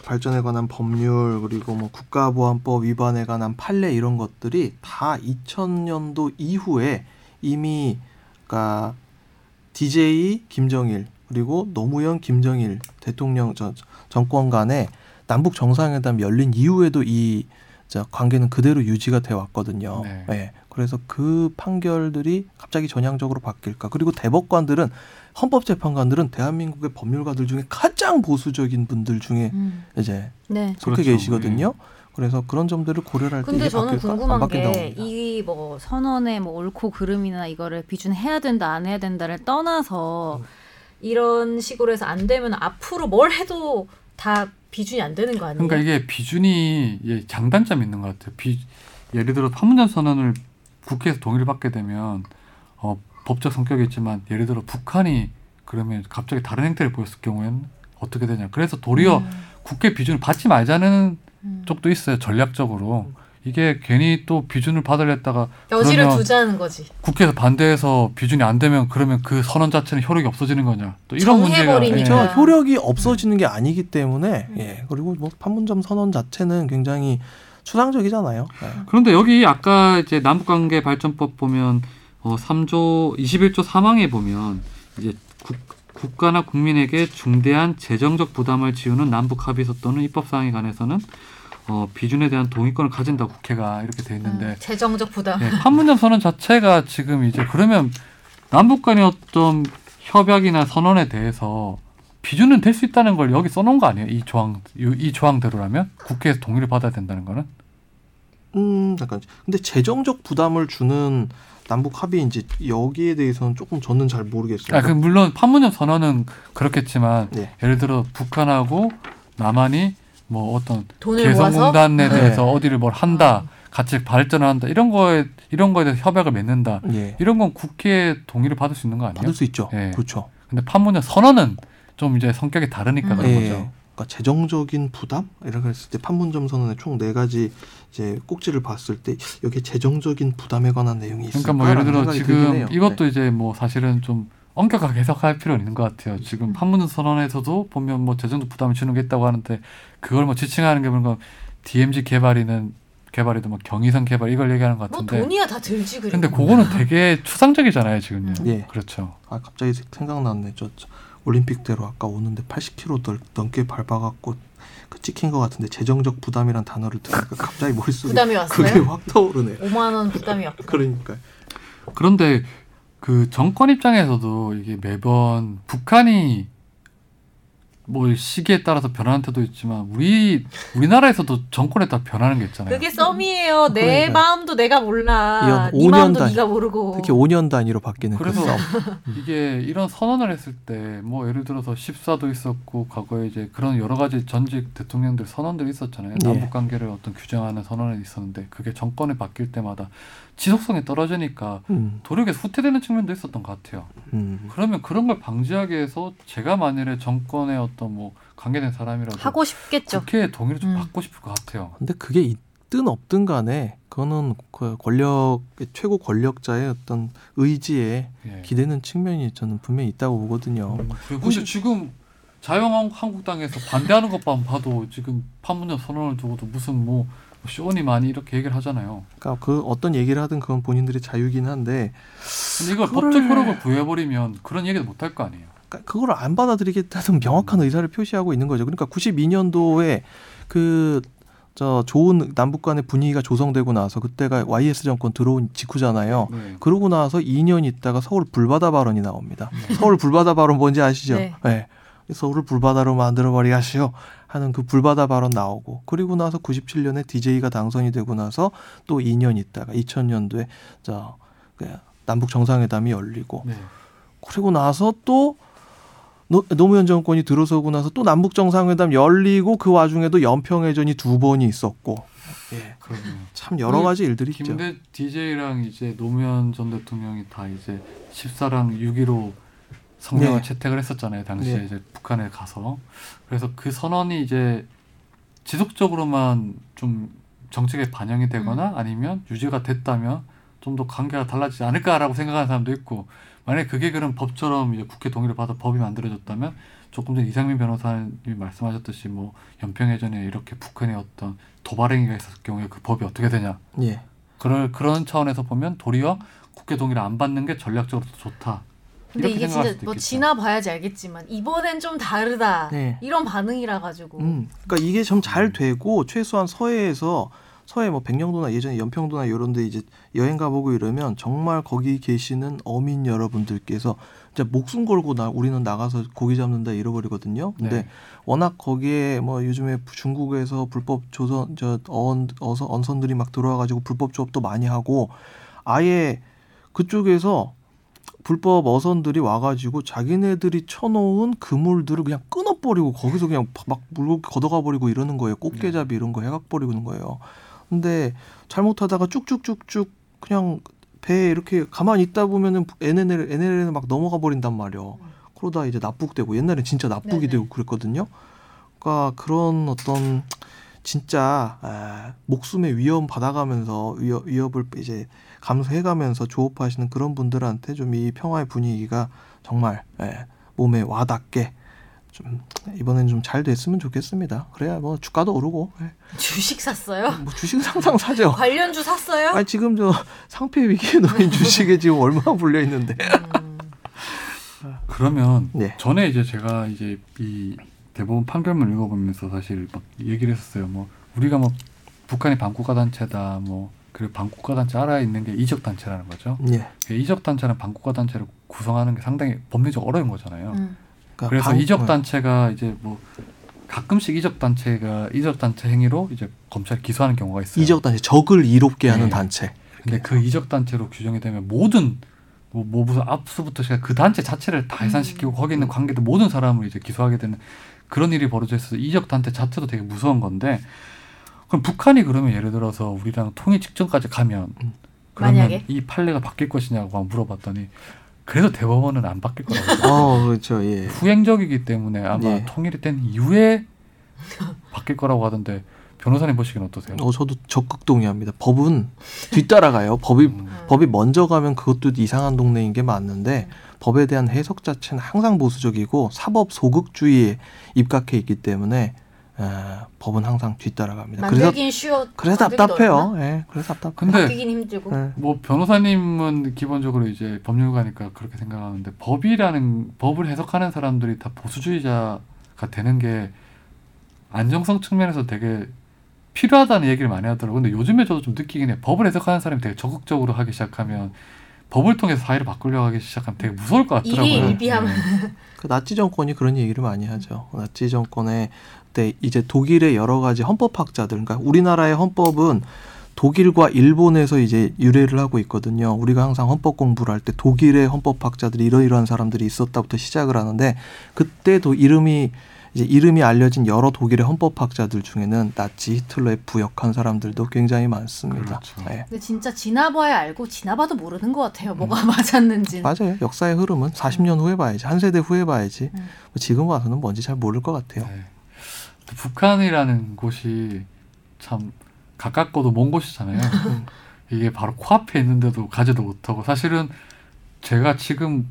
Speaker 3: 발전에 관한 법률 그리고 뭐 국가보안법 위반에 관한 판례 이런 것들이 다 2000년도 이후에 이미 그러니까 DJ 김정일 그리고 노무현 김정일 대통령 저, 저- 정권 간에 남북 정상회담 열린 이후에도 이 자, 관계는 그대로 유지가 돼 왔거든요.
Speaker 1: 네.
Speaker 3: 예. 그래서 그 판결들이 갑자기 전향적으로 바뀔까? 그리고 대법관들은 헌법재판관들은 대한민국의 법률가들 중에 가장 보수적인 분들 중에
Speaker 2: 음.
Speaker 3: 이제
Speaker 2: 네.
Speaker 3: 속해
Speaker 6: 그렇죠.
Speaker 3: 계시거든요. 그래서 그런 점들을 고려를 할 때
Speaker 2: 근데
Speaker 3: 이게
Speaker 2: 저는
Speaker 3: 바뀔까 안
Speaker 2: 궁금한
Speaker 3: 바뀐다고
Speaker 2: 게
Speaker 3: 봅니다.
Speaker 2: 이 뭐
Speaker 5: 선언의 뭐 옳고 그름이나 이거를 비준해야 된다 안 해야 된다를 떠나서
Speaker 2: 이런 식으로 해서 안 되면 앞으로 뭘 해도 다 비준이 안 되는 거 아니에요?
Speaker 1: 그러니까 이게 비준이 예, 장단점이 있는 것 같아요. 비, 예를 들어 판문점 선언을 국회에서 동의를 받게 되면 어, 법적 성격이 있지만 예를 들어 북한이 그러면 갑자기 다른 행태를 보였을 경우에는 어떻게 되냐. 그래서 도리어
Speaker 3: 음.
Speaker 1: 국회 비준을 받지 말자는
Speaker 2: 음.
Speaker 1: 쪽도 있어요. 전략적으로. 이게 괜히 또 비준을 받으려 했다가
Speaker 2: 여지를
Speaker 1: 그러면-
Speaker 2: 두자는 거지.
Speaker 1: 국회에서 반대해서 비준이 안 되면 그러면 그 선언 자체는 효력이 없어지는 거냐 또 이런 문제가
Speaker 2: 정해버리니까.
Speaker 1: 예.
Speaker 3: 저
Speaker 2: 네.
Speaker 3: 그렇죠. 효력이 없어지는 게 아니기 때문에
Speaker 2: 음.
Speaker 3: 예. 그리고 뭐 판문점 선언 자체는 굉장히 추상적이잖아요. 예.
Speaker 6: 그런데 여기 아까 이제 남북관계 발전법 보면 어 3조 21조 3항에 보면 이제 국, 국가나 국민에게 중대한 재정적 부담을 지우는 남북 합의서 또는 입법 사항에 관해서는 어, 비준에 대한 동의권을 가진다. 고
Speaker 1: 국회가 이렇게 돼 있는데
Speaker 2: 음, 재정적 부담.
Speaker 1: 예, 판문점 선언 자체가 지금 이제 그러면 남북 간의 어떤 협약이나 선언에 대해서 비준은 될 수 있다는 걸 여기 써놓은 거 아니에요? 이 조항 이, 이 조항대로라면 국회에서 동의를 받아야 된다는 거는
Speaker 3: 음, 약간 근데 재정적 부담을 주는 남북 합의인지 여기에 대해서는 조금 저는 잘 모르겠어요.
Speaker 1: 아, 그 물론 판문점 선언은 그렇겠지만
Speaker 3: 네.
Speaker 1: 예를 들어 북한하고 남한이 뭐 어떤
Speaker 2: 돈을 모아서 아.
Speaker 1: 개성공단에
Speaker 3: 네.
Speaker 1: 대해서 어디를 뭘 한다, 같이 발전을 한다 이런 거에 이런 거에 대해서 협약을 맺는다
Speaker 3: 예.
Speaker 1: 이런 건 국회에 동의를 받을 수 있는 거 아니에요?
Speaker 3: 받을 수 있죠.
Speaker 1: 예.
Speaker 3: 그렇죠.
Speaker 1: 근데 판문점 선언은 좀 이제 성격이 다르니까
Speaker 2: 음.
Speaker 1: 그런
Speaker 3: 예.
Speaker 1: 거죠.
Speaker 3: 그러니까 재정적인 부담 이라고 했을 때 판문점 선언의 총 네 가지 이제 꼭지를 봤을 때 여기에 재정적인 부담에 관한 내용이
Speaker 1: 그러니까
Speaker 3: 있을까?
Speaker 1: 뭐 예를 들어 지금 이것도 이제 뭐 사실은 좀 엄격하게 해석할 필요는 있는 것 같아요.
Speaker 2: 음.
Speaker 1: 지금 판문점 선언에서도 보면 뭐 재정적 부담을 주는 게 있다고 하는데 그걸 뭐 지칭하는 게 뭔가 DMZ 개발이는 개발이도 뭐 경의선 개발 이걸 얘기하는 것
Speaker 2: 뭐
Speaker 1: 같은데.
Speaker 2: 돈이야 다 들지 그래.
Speaker 1: 근데 그거는 되게 추상적이잖아요 지금요.
Speaker 2: 음.
Speaker 3: 예.
Speaker 1: 그렇죠.
Speaker 3: 아 갑자기 생각났네. 저, 저 올림픽대로 아까 오는데 80km 넘, 넘게 밟아갖고 그 찍힌 것 같은데 재정적 부담이란 단어를 들으니까 갑자기 머릿속에
Speaker 2: 부담이 왔어요.
Speaker 3: 그게 확 떠오르네.
Speaker 2: 5만 원 부담이 왔고.
Speaker 3: 그러니까
Speaker 1: 그런데 그 정권 입장에서도 이게 매번 북한이 뭐 시기에 따라서 변하는 태도 있지만 우리 우리나라에서도 정권에 따라 변하는 게 있잖아요.
Speaker 2: 그게 썸이에요. 내
Speaker 3: 그러니까요.
Speaker 2: 마음도 내가 몰라.
Speaker 3: 이건
Speaker 2: 네
Speaker 3: 5년
Speaker 2: 마음도
Speaker 3: 단위.
Speaker 2: 네가 모르고.
Speaker 3: 특히 5년 단위로 바뀌는 그
Speaker 1: 그래서
Speaker 3: 썸.
Speaker 1: 이게 이런 선언을 했을 때 뭐 예를 들어서 14도 있었고 과거에 이제 그런 여러 가지 전직 대통령들 선언들이 있었잖아요.
Speaker 3: 예.
Speaker 1: 남북 관계를 어떤 규정하는 선언이 있었는데 그게 정권이 바뀔 때마다 지속성이 떨어지니까
Speaker 3: 음,
Speaker 1: 도력에서 후퇴되는 측면도 있었던 것 같아요.
Speaker 3: 음.
Speaker 1: 그러면 그런 걸 방지하기 위해서 제가 만일에 정권의 어떤 뭐 관계된 사람이라도
Speaker 5: 하고 싶겠죠.
Speaker 1: 국회의 동의를 좀
Speaker 5: 음.
Speaker 1: 받고 싶을 것 같아요.
Speaker 3: 근데 그게 있든 없든 간에 그거는 그 권력 최고 권력자의 어떤 의지에
Speaker 1: 예.
Speaker 3: 기대는 측면이 저는 분명히 있다고 보거든요.
Speaker 1: 음, 그리고 혹시 지금 자유한국당에서 반대하는 것만 봐도 지금 판문점 선언을 두고도 무슨 뭐 쇼니 많이 이렇게 얘기를 하잖아요.
Speaker 3: 그러니까 그 어떤 얘기를 하든 그건 본인들의 자유긴 한데
Speaker 1: 근데 이걸
Speaker 3: 그거를-
Speaker 1: 법적 효력을 부여해버리면 그런 얘기도 못 할 거 아니에요.
Speaker 3: 그러니까 그걸 안 받아들이겠다는 명확한 의사를 표시하고 있는 거죠. 그러니까 92년도에 그 저 좋은 남북 간의 분위기가 조성되고 나서 그때가 YS 정권 들어온 직후잖아요.
Speaker 1: 네.
Speaker 3: 그러고 나서 2년 있다가 서울 불바다 발언이 나옵니다. 서울 불바다 발언 뭔지 아시죠?
Speaker 5: 네.
Speaker 3: 네. 서울을 불바다로 만들어버리 하시오 하는 그 불바다 발언 나오고 그리고 나서 97년에 DJ가 당선이 되고 나서 또 2년 있다가 2000년도에 저 그 남북 정상회담이 열리고
Speaker 1: 네.
Speaker 3: 그리고 나서 또 노- 노무현 정권이 들어서고 나서 또 남북 정상회담 열리고 그 와중에도 연평해전이 두 번이 있었고 예.
Speaker 1: 그러네요.
Speaker 3: 참 여러
Speaker 1: 그
Speaker 3: 가지 일들이 있죠.
Speaker 1: 김대 DJ랑 이제 노무현 전 대통령이 다 이제 14랑 6.15 성명을
Speaker 3: 네.
Speaker 1: 채택을 했었잖아요. 당시에
Speaker 3: 네.
Speaker 1: 이제 북한에 가서 그래서 그 선언이 이제 지속적으로만 좀 정책에 반영이
Speaker 3: 음.
Speaker 1: 되거나 아니면 유지가 됐다면 좀 더 관계가 달라지지 않을까라고 생각하는 사람도 있고 만약에 그게 그런 법처럼 이제 국회 동의를 받아 법이 만들어졌다면 조금 전 이상민 변호사님이 말씀하셨듯이 뭐 연평해전에 이렇게 북한의 어떤 도발행위가 있었을 경우에 그 법이 어떻게 되냐
Speaker 3: 예.
Speaker 1: 그런 그런 차원에서 보면 도리어 국회 동의를 안 받는 게 전략적으로 더 좋다.
Speaker 2: 근데
Speaker 1: 이렇게
Speaker 2: 이게
Speaker 1: 생각할
Speaker 2: 진짜
Speaker 1: 수도
Speaker 2: 뭐
Speaker 1: 있겠죠.
Speaker 2: 지나봐야지 알겠지만 이번엔 좀 다르다.
Speaker 3: 네.
Speaker 2: 이런 반응이라 가지고.
Speaker 3: 음, 그러니까 이게 좀 잘 되고 최소한 서해에서 서해 뭐 백령도나 예전에 연평도나 이런데 이제 여행 가보고 이러면 정말 거기 계시는 어민 여러분들께서 진짜 목숨 걸고 나 우리는 나가서 고기 잡는다 잃어버리거든요. 근데
Speaker 1: 네.
Speaker 3: 워낙 거기에 뭐 요즘에 중국에서 불법 조선 저언 어서 언선들이 막 들어와가지고 불법 조업도 많이 하고 아예 그쪽에서 불법 어선들이 와가지고 자기네들이 쳐놓은 그물들을 그냥 끊어버리고 거기서 그냥 팍- 막 물고 걷어가 버리고 이러는 거예요. 꽃게잡이 이런 거 해각 버리는 거예요. 근데 잘못하다가 쭉쭉쭉쭉 그냥 배에 이렇게 가만히 있다 보면은 NNL, NLL에 막 넘어가 버린단 말이에요. 그러다 이제 납북되고 옛날엔 진짜 납북이
Speaker 2: 네네.
Speaker 3: 되고 그랬거든요. 그러니까 그런 어떤 진짜 아, 목숨의 위험 받아가면서 위협, 위협을 이제 감수해가면서 조업하시는 그런 분들한테 좀 이 평화의 분위기가 정말 예, 몸에 와닿게 좀 이번엔 좀 잘 됐으면 좋겠습니다. 그래야 뭐 주가도 오르고 예.
Speaker 2: 주식 샀어요?
Speaker 3: 뭐 주식은 항상 사죠.
Speaker 2: 관련주 샀어요?
Speaker 3: 아 지금 저 상패
Speaker 2: 네.
Speaker 3: 위기에 놓인 주식에 지금 얼마나 불려 있는데.
Speaker 2: 음.
Speaker 1: 그러면
Speaker 3: 네.
Speaker 1: 전에 이제 제가 이제 이 대법원 판결문 읽어보면서 사실 막 얘기를 했었어요. 뭐 우리가 뭐 북한이 반국가 단체다 뭐 그리고 반국가 단체 알아 있는 게 이적 단체라는 거죠.
Speaker 3: 예.
Speaker 1: 그 이적 단체는 반국가 단체를 구성하는 게 상당히 법리적 어려운 거잖아요.
Speaker 5: 음.
Speaker 3: 그러니까
Speaker 1: 그래서
Speaker 3: 방-
Speaker 1: 이적 단체가 이제 뭐 가끔씩 이적 단체가 이적 단체 행위로 이제 검찰 기소하는 경우가 있어요.
Speaker 3: 이적 단체 적을 이롭게 하는
Speaker 1: 네.
Speaker 3: 단체.
Speaker 1: 근데 그 이적 단체로 규정이 되면 모든 뭐, 뭐 무슨 압수부터 시작 그 단체 자체를 다
Speaker 3: 음.
Speaker 1: 해산시키고 거기 있는 관계된 모든 사람을 이제 기소하게 되는 그런 일이 벌어져 있어서 이적 단체 자체도 되게 무서운 건데 그럼 북한이 그러면 예를 들어서 우리랑 통일 직전까지 가면
Speaker 3: 음.
Speaker 1: 그러면
Speaker 2: 만약에?
Speaker 1: 이 판례가 바뀔 것이냐고 막 물어봤더니 그래서 대법원은 안 바뀔 거라고
Speaker 3: 어 그렇죠 예.
Speaker 1: 후행적이기 때문에 아마
Speaker 3: 예.
Speaker 1: 통일이 된 이후에 바뀔 거라고 하던데 변호사님 보시기엔 어떠세요?
Speaker 3: 어 저도 적극 동의합니다. 법은 뒤따라가요. 법이
Speaker 1: 음.
Speaker 3: 법이 먼저 가면 그것도 이상한 동네인 게 맞는데 법에 대한 해석 자체는 항상 보수적이고 사법 소극주의에 입각해 있기 때문에 에, 법은 항상 뒤따라갑니다. 그래서
Speaker 2: 만들긴 쉬워.
Speaker 3: 그래서
Speaker 2: 만들기도
Speaker 3: 답답해요.
Speaker 2: 어렵나?
Speaker 3: 예, 그래서 답답.
Speaker 1: 근데
Speaker 2: 바뀌긴 힘들고.
Speaker 3: 예.
Speaker 1: 뭐 변호사님은 기본적으로 이제 법률가니까 그렇게 생각하는데 법이라는 법을 해석하는 사람들이 다 보수주의자가 되는 게 안정성 측면에서 되게 필요하다는 얘기를 많이 하더라고요. 근데 요즘에 저도 좀 느끼긴 해. 법을 해석하는 사람이 되게 적극적으로 하기 시작하면 법을 통해서 사회를 바꾸려고 하기 시작하면 되게 무서울 것 같더라고요.
Speaker 2: 일이 일비하면.
Speaker 1: 네.
Speaker 3: 그 나치 정권이 그런 얘기를 많이 하죠. 나치 정권의 때 이제 독일의 여러 가지 헌법학자들, 그러니까 우리나라의 헌법은 독일과 일본에서 이제 유래를 하고 있거든요. 우리가 항상 헌법 공부를 할 때 독일의 헌법학자들이 이러이러한 사람들이 있었다부터 시작을 하는데 그때도 이름이 이제 이름이 알려진 여러 독일의 헌법학자들 중에는 나치 히틀러에 부역한 사람들도 굉장히 많습니다.
Speaker 1: 그렇죠.
Speaker 3: 예.
Speaker 5: 근데 진짜 지나봐야 알고 지나봐도 모르는 것 같아요. 뭐가 맞았는지.
Speaker 3: 맞아요. 역사의 흐름은 40년 후에 봐야지, 한 세대 후에 봐야지. 뭐
Speaker 5: 음.
Speaker 3: 지금 와서는 뭔지 잘 모를 것 같아요.
Speaker 1: 네. 또 북한이라는 곳이 참 가깝고도 먼 곳이잖아요.
Speaker 3: 음.
Speaker 1: 이게 바로 코앞에 있는데도 가지도 못하고 사실은 제가 지금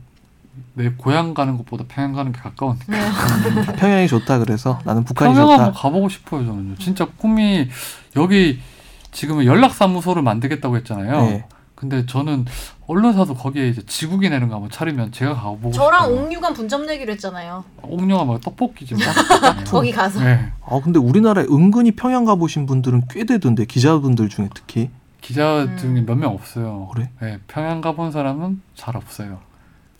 Speaker 1: 내 고향 가는 것보다 평양 가는 게 가까우니까
Speaker 5: 네.
Speaker 3: 평양이 좋다 그래서 나는 북한이
Speaker 1: 평양 한번
Speaker 3: 좋다.
Speaker 1: 가보고 싶어요 저는요. 진짜 꿈이 여기 지금 연락사무소를 만들겠다고 했잖아요.
Speaker 3: 예.
Speaker 1: 근데 저는 언론사도 거기에 이제 지국이 내는 거 한번 차리면 제가 가보고
Speaker 2: 저랑
Speaker 1: 싶어요.
Speaker 2: 옥류관 분점 내기로 했잖아요.
Speaker 1: 옥룡아 막 떡볶이 집 딱.
Speaker 2: 거기 가서.
Speaker 1: 네.
Speaker 3: 아 근데 우리나라에 은근히 평양 가보신 분들은 꽤 되던데 기자분들 중에 특히
Speaker 1: 기자
Speaker 2: 음.
Speaker 1: 중에 몇 명 없어요.
Speaker 3: 그래?
Speaker 1: 네, 평양 가본 사람은 잘 없어요.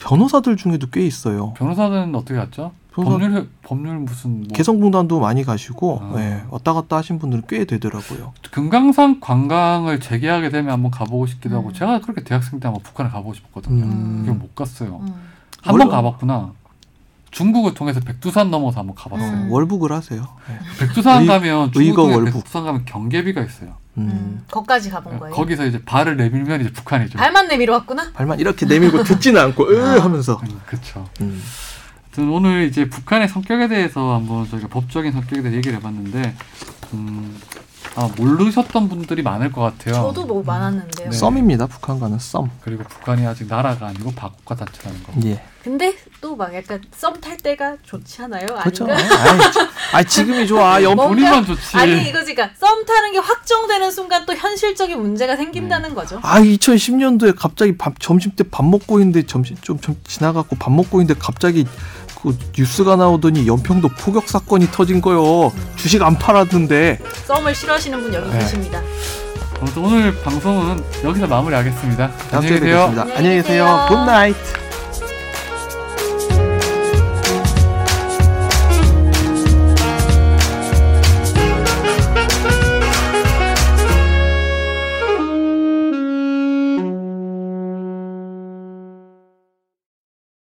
Speaker 3: 변호사들 중에도 꽤 있어요.
Speaker 1: 변호사들은 어떻게 갔죠?
Speaker 3: 변호사-
Speaker 1: 법률 법률 무슨 뭐
Speaker 3: 개성공단도 많이 가시고
Speaker 1: 아.
Speaker 3: 예, 왔다 갔다 하신 분들은 꽤 되더라고요.
Speaker 1: 금강산 관광을 재개하게 되면 한번 가보고 싶기도 하고
Speaker 2: 음.
Speaker 1: 제가 그렇게 대학생 때 한번 북한에 가보고 싶거든요.
Speaker 3: 음.
Speaker 1: 그걸 못 갔어요.
Speaker 2: 음.
Speaker 1: 한 번
Speaker 3: 원래-
Speaker 1: 가봤구나. 중국을 통해서 백두산 넘어서 한번 가봤어요.
Speaker 2: 음.
Speaker 3: 월북을 하세요. 예.
Speaker 1: 백두산
Speaker 3: 의-
Speaker 1: 가면 중국
Speaker 3: 의거
Speaker 1: 통해
Speaker 3: 월북.
Speaker 1: 백두산 가면 경계비가 있어요.
Speaker 3: 음.
Speaker 2: 음. 거기까지 가본 거예요.
Speaker 1: 네. 거기서 이제 발을 내밀면 이제 북한이죠.
Speaker 2: 발만 내밀어 왔구나.
Speaker 3: 발만 이렇게 내밀고 듣지는 않고 으 하면서
Speaker 1: 음, 그렇죠.
Speaker 3: 음.
Speaker 1: 아무튼 오늘 이제 북한의 성격에 대해서 한번 저희가 법적인 성격에 대해 얘기를 해봤는데 음, 아 모르셨던 분들이 많을 것 같아요.
Speaker 2: 저도 뭐 많았는데요.
Speaker 1: 네.
Speaker 3: 썸입니다. 북한과는 썸.
Speaker 1: 그리고 북한이 아직 나라가 아니고 바국가 단체라는 거.
Speaker 3: 예.
Speaker 2: 근데 또 막 약간 썸 탈 때가 좋지 않아요?
Speaker 3: 그렇죠.
Speaker 2: 아닌가?
Speaker 3: 아 지금이 좋아. 연
Speaker 2: 뭔가-
Speaker 1: 어, 본인만 좋지.
Speaker 2: 아니 이거지, 그러니까 썸 타는 게 확정되는 순간 또 현실적인 문제가 생긴다는 거죠.
Speaker 3: 아 2010년도에 갑자기 밥, 점심 때 밥 먹고 있는데 점심 좀, 좀 지나갔고 밥 먹고 있는데 갑자기 그 뉴스가 나오더니 연평도 폭격 사건이 터진 거요. 주식 안 팔았는데
Speaker 2: 썸을 싫어하시는 분 여기
Speaker 1: 네.
Speaker 2: 계십니다.
Speaker 1: 아무튼 오늘 방송은 여기서 마무리하겠습니다.
Speaker 3: 다음
Speaker 1: 안녕히
Speaker 3: 주에
Speaker 1: 계세요.
Speaker 3: 뵙겠습니다.
Speaker 2: 안녕히
Speaker 3: 안녕히 계세요.
Speaker 2: 계세요.
Speaker 3: 굿나잇.